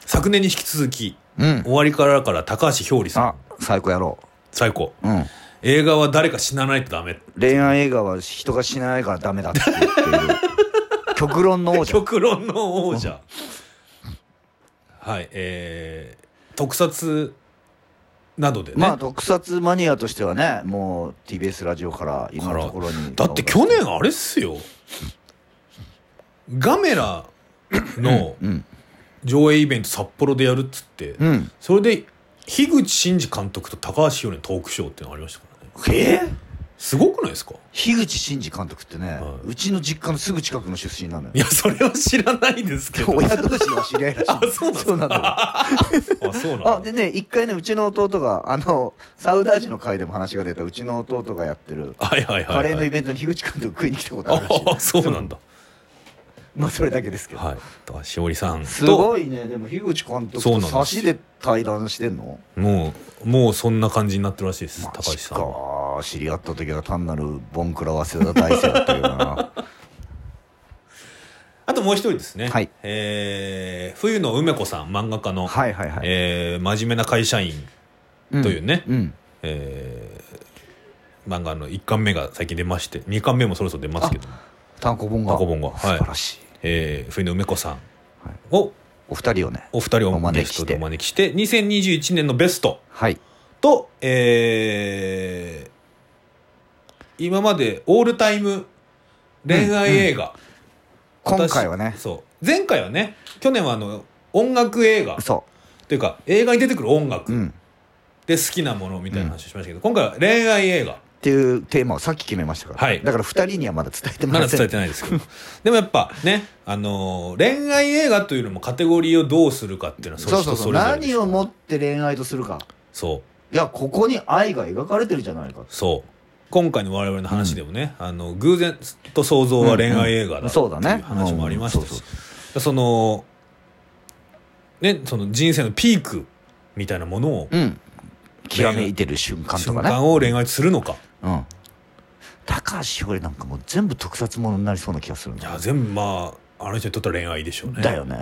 [SPEAKER 2] 昨年に引き続き
[SPEAKER 1] うん。
[SPEAKER 2] 終わりからから高橋ひょうりさ
[SPEAKER 1] あ
[SPEAKER 2] ん、
[SPEAKER 1] 最高やろ
[SPEAKER 2] 最高
[SPEAKER 1] う。うん。
[SPEAKER 2] 映画は誰か死なないとダメ
[SPEAKER 1] 恋愛映画は人が死なないからダメだって言ってい る。極論の王者。
[SPEAKER 2] 極論の王者はいえー特撮などでね、
[SPEAKER 1] まあ、特撮マニアとしてはね、もう TBS ラジオからいろんなところに。
[SPEAKER 2] だって去年あれっすよガメラの
[SPEAKER 1] うん。
[SPEAKER 2] 上映イベント札幌でやるっつって、
[SPEAKER 1] うん。
[SPEAKER 2] それで樋口真嗣監督と高橋ひよりのトークショーっていうのがありましたからね
[SPEAKER 1] え
[SPEAKER 2] すごくないですか
[SPEAKER 1] 樋口真嗣監督ってね、
[SPEAKER 2] はいう
[SPEAKER 1] ちの実家のすぐ近くの出身なのよ
[SPEAKER 2] い。やそれは知らないですけど
[SPEAKER 1] 親同士の知り合いらしい。
[SPEAKER 2] あそうなんですか
[SPEAKER 1] なのよ
[SPEAKER 2] あそうな
[SPEAKER 1] あ
[SPEAKER 2] ん
[SPEAKER 1] で
[SPEAKER 2] だ
[SPEAKER 1] ね一回ねうちの弟があのサウダージの回でも話が出たうちの弟がやってる
[SPEAKER 2] はいはい
[SPEAKER 1] カ
[SPEAKER 2] は
[SPEAKER 1] レ
[SPEAKER 2] い、
[SPEAKER 1] ー
[SPEAKER 2] は
[SPEAKER 1] のイ
[SPEAKER 2] い、
[SPEAKER 1] ベントに樋口監督食いに来たことあるら しい
[SPEAKER 2] あそうなんだ
[SPEAKER 1] まあそれだけですけど、
[SPEAKER 2] はい高橋ひよりさん
[SPEAKER 1] す
[SPEAKER 2] と
[SPEAKER 1] ごいねでも樋口監督
[SPEAKER 2] そ
[SPEAKER 1] と
[SPEAKER 2] うなんです
[SPEAKER 1] 差しで対談してんの
[SPEAKER 2] もうもうそんな感じになってるらしいです
[SPEAKER 1] マ
[SPEAKER 2] 高
[SPEAKER 1] ジ
[SPEAKER 2] 橋さんは
[SPEAKER 1] か知り合 った時は単なるボンクラ早稲田大生だったよな
[SPEAKER 2] あともう一人ですね、
[SPEAKER 1] はい
[SPEAKER 2] えー冬の梅子さん漫画家の、
[SPEAKER 1] はいはいはい、
[SPEAKER 2] えー真面目な会社員
[SPEAKER 1] ん
[SPEAKER 2] というね、
[SPEAKER 1] うん
[SPEAKER 2] えー漫画の1巻目が最近出まして2巻目もそろそろ出ますけど、
[SPEAKER 1] 単行本が
[SPEAKER 2] 単行本がはい
[SPEAKER 1] 素晴らしい、
[SPEAKER 2] えー冬の梅子さんを
[SPEAKER 1] お二人をね
[SPEAKER 2] お二人
[SPEAKER 1] お
[SPEAKER 2] を
[SPEAKER 1] 招
[SPEAKER 2] ゲ
[SPEAKER 1] き
[SPEAKER 2] ス
[SPEAKER 1] し
[SPEAKER 2] ト
[SPEAKER 1] て
[SPEAKER 2] でお招きして2021年のベスト
[SPEAKER 1] はい
[SPEAKER 2] と、えー今までオールタイム恋愛映画、
[SPEAKER 1] 今回はね
[SPEAKER 2] 私そう前回はね去年はあの音楽映画
[SPEAKER 1] そ
[SPEAKER 2] というか映画に出てくる音楽
[SPEAKER 1] ううん
[SPEAKER 2] で好きなものみたいな話をしましたけど、今回は恋愛映画
[SPEAKER 1] っていうテーマをさっき決めましたから、
[SPEAKER 2] はい
[SPEAKER 1] だから二人にはまだ伝えてま
[SPEAKER 2] まだ
[SPEAKER 1] せん
[SPEAKER 2] 伝えてないですけど でもやっぱね、あのー恋愛映画というのもカテゴリーをどうするかっていうのは
[SPEAKER 1] そうそうそう
[SPEAKER 2] れぞれで
[SPEAKER 1] 何をもって恋愛とするか
[SPEAKER 2] そう
[SPEAKER 1] いやここに愛が描かれてるじゃないか
[SPEAKER 2] そう今回の我々の話でもね、あの偶然と想像は恋愛映画だってい
[SPEAKER 1] そうだね
[SPEAKER 2] う話もありました
[SPEAKER 1] うん
[SPEAKER 2] し
[SPEAKER 1] そ
[SPEAKER 2] そのねその人生のピークみたいなものを
[SPEAKER 1] うん極めいてる瞬間と
[SPEAKER 2] 瞬
[SPEAKER 1] かね
[SPEAKER 2] 間を恋愛するのか
[SPEAKER 1] うん高橋ひょりなんかもう全部特撮ものになりそうな気がするん
[SPEAKER 2] い
[SPEAKER 1] だ
[SPEAKER 2] や全部まああの人にとったら恋愛でしょうね
[SPEAKER 1] だよね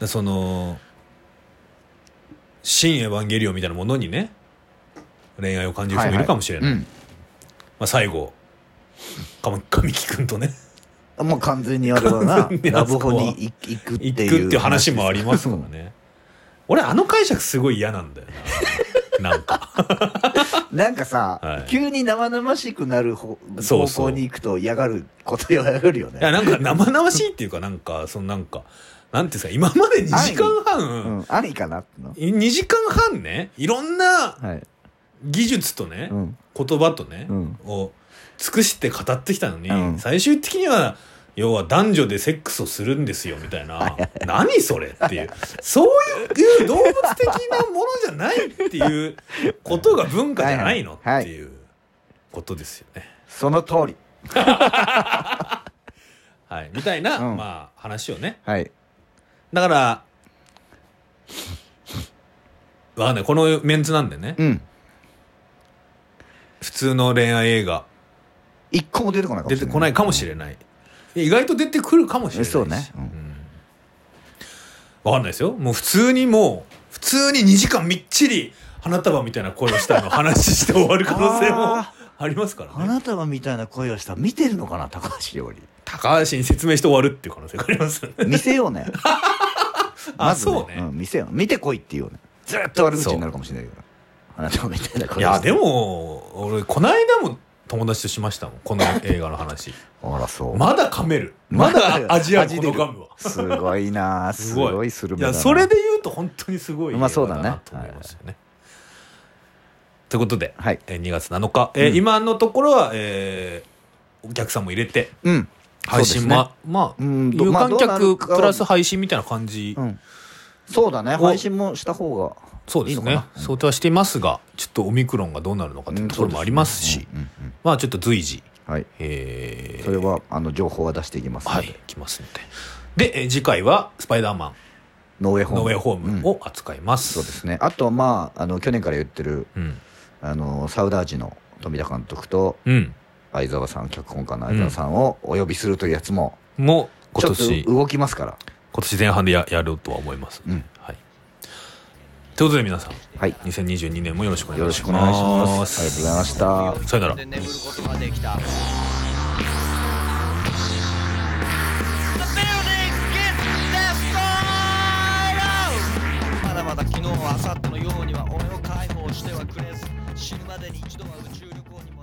[SPEAKER 2] でその「新エヴァンゲリオン」みたいなものにね恋愛を感じる人もいるかもしれない、
[SPEAKER 1] はは
[SPEAKER 2] まあ、最後かま神木君とね
[SPEAKER 1] うん、もう完全にあれはな
[SPEAKER 2] 完全に
[SPEAKER 1] ラ
[SPEAKER 2] あそ
[SPEAKER 1] ブ
[SPEAKER 2] こ
[SPEAKER 1] ホ
[SPEAKER 2] は
[SPEAKER 1] に行行くっていう
[SPEAKER 2] 行くっていう話もありま すからね俺あの解釈すごい嫌なんだよ ななんか
[SPEAKER 1] なんかさ、
[SPEAKER 2] はい
[SPEAKER 1] 急に生々しくなる方
[SPEAKER 2] そ
[SPEAKER 1] 方
[SPEAKER 2] うそう
[SPEAKER 1] 向に行くと嫌がること嫌がるよね
[SPEAKER 2] いやなんか生々しいっていうかなんかそのなんかなんていうんですか今まで2時間
[SPEAKER 1] う
[SPEAKER 2] 半、
[SPEAKER 1] ん、兄かなっての
[SPEAKER 2] 2時間半ねいろんな
[SPEAKER 1] はい
[SPEAKER 2] 技術とね、
[SPEAKER 1] うん
[SPEAKER 2] 言葉とね、
[SPEAKER 1] うん
[SPEAKER 2] を尽くして語ってきたのに、
[SPEAKER 1] うん
[SPEAKER 2] 最終的には要は男女でセックスをするんですよみたいな何それっていうそういう動物的なものじゃないっていうことが文化じゃないの
[SPEAKER 1] はいはい
[SPEAKER 2] っていうことですよね。
[SPEAKER 1] その通り
[SPEAKER 2] はい、みたいな、
[SPEAKER 1] うん
[SPEAKER 2] まあ、話をね
[SPEAKER 1] はい
[SPEAKER 2] だからわかんないこのメンツなんでね
[SPEAKER 1] うん
[SPEAKER 2] 普通の恋愛映画
[SPEAKER 1] 一個も出てこないかも
[SPEAKER 2] 出
[SPEAKER 1] しれない
[SPEAKER 2] てこないかもしれない、意外と出てくるかもしれないし
[SPEAKER 1] そうねうん
[SPEAKER 2] わかんないですよもう普通にもう普通に2時間みっちり花束みたいな声をしたの話して終わる可能性も
[SPEAKER 1] あ
[SPEAKER 2] ありますからね
[SPEAKER 1] 花束みたいな声をした見てるのかな高橋 より
[SPEAKER 2] 高橋に説明して終わるっていう可能性があり ますよね
[SPEAKER 1] 見せようね
[SPEAKER 2] あ
[SPEAKER 1] まず
[SPEAKER 2] そうね
[SPEAKER 1] ん見せよう見てこいっていうねずっと悪口になるかもしれないけど花束みたいな声
[SPEAKER 2] いやでも俺この間も友達としましたもんこの映画の 話
[SPEAKER 1] あらそう
[SPEAKER 2] まだ噛める まだ味あるこのガムは
[SPEAKER 1] すごいなす
[SPEAKER 2] すごい
[SPEAKER 1] ごいスルメ
[SPEAKER 2] い
[SPEAKER 1] だ
[SPEAKER 2] や
[SPEAKER 1] な
[SPEAKER 2] それで言うと本当にすごい
[SPEAKER 1] まあそうだ
[SPEAKER 2] 映
[SPEAKER 1] ね
[SPEAKER 2] 画なと思いますよね。ということで、
[SPEAKER 1] はい
[SPEAKER 2] えー2月7日、えー
[SPEAKER 1] うん
[SPEAKER 2] 今のところは、えーお客さんも入れて
[SPEAKER 1] うん
[SPEAKER 2] 配信
[SPEAKER 1] そう
[SPEAKER 2] ま,、まあ
[SPEAKER 1] うんど
[SPEAKER 2] 有観
[SPEAKER 1] まあどうな
[SPEAKER 2] 客
[SPEAKER 1] るかは
[SPEAKER 2] プラス配信みたいな感
[SPEAKER 1] で
[SPEAKER 2] じ、
[SPEAKER 1] すねうんそうだね
[SPEAKER 2] お
[SPEAKER 1] 配信もした方が
[SPEAKER 2] そうですね
[SPEAKER 1] いいのかな
[SPEAKER 2] 想定はしていますがちょっとオミクロンがどうなるのかっていうところもありますし、
[SPEAKER 1] うんうんうん
[SPEAKER 2] まあちょっと随時、
[SPEAKER 1] はい
[SPEAKER 2] えー
[SPEAKER 1] それはあの情報は出していきますので
[SPEAKER 2] はい来ますのでで、えー次回は「スパイダーマン
[SPEAKER 1] ノーウェイホー
[SPEAKER 2] ノ
[SPEAKER 1] ム
[SPEAKER 2] ーウェイホーム」を扱います。
[SPEAKER 1] そうですねあとまああの去年から言ってる
[SPEAKER 2] うん
[SPEAKER 1] あのサウダージの富田監督と
[SPEAKER 2] うん
[SPEAKER 1] 相沢さん脚本家の相沢さんをお呼びするというやつも
[SPEAKER 2] もう
[SPEAKER 1] ち
[SPEAKER 2] 今
[SPEAKER 1] ょっ
[SPEAKER 2] 年
[SPEAKER 1] と動きますから、
[SPEAKER 2] 今年前半でややるとは思います、
[SPEAKER 1] うん
[SPEAKER 2] はい、ということで皆さん
[SPEAKER 1] はい、
[SPEAKER 2] 2022年もよろしくお願いしま
[SPEAKER 1] よ
[SPEAKER 2] す
[SPEAKER 1] ろしくお願いしますありがとうございました
[SPEAKER 2] さよなら
[SPEAKER 3] で眠ることができたまだまだ昨日は明後日のようには俺を解放してはくれず死ぬまでに一度は宇宙旅行に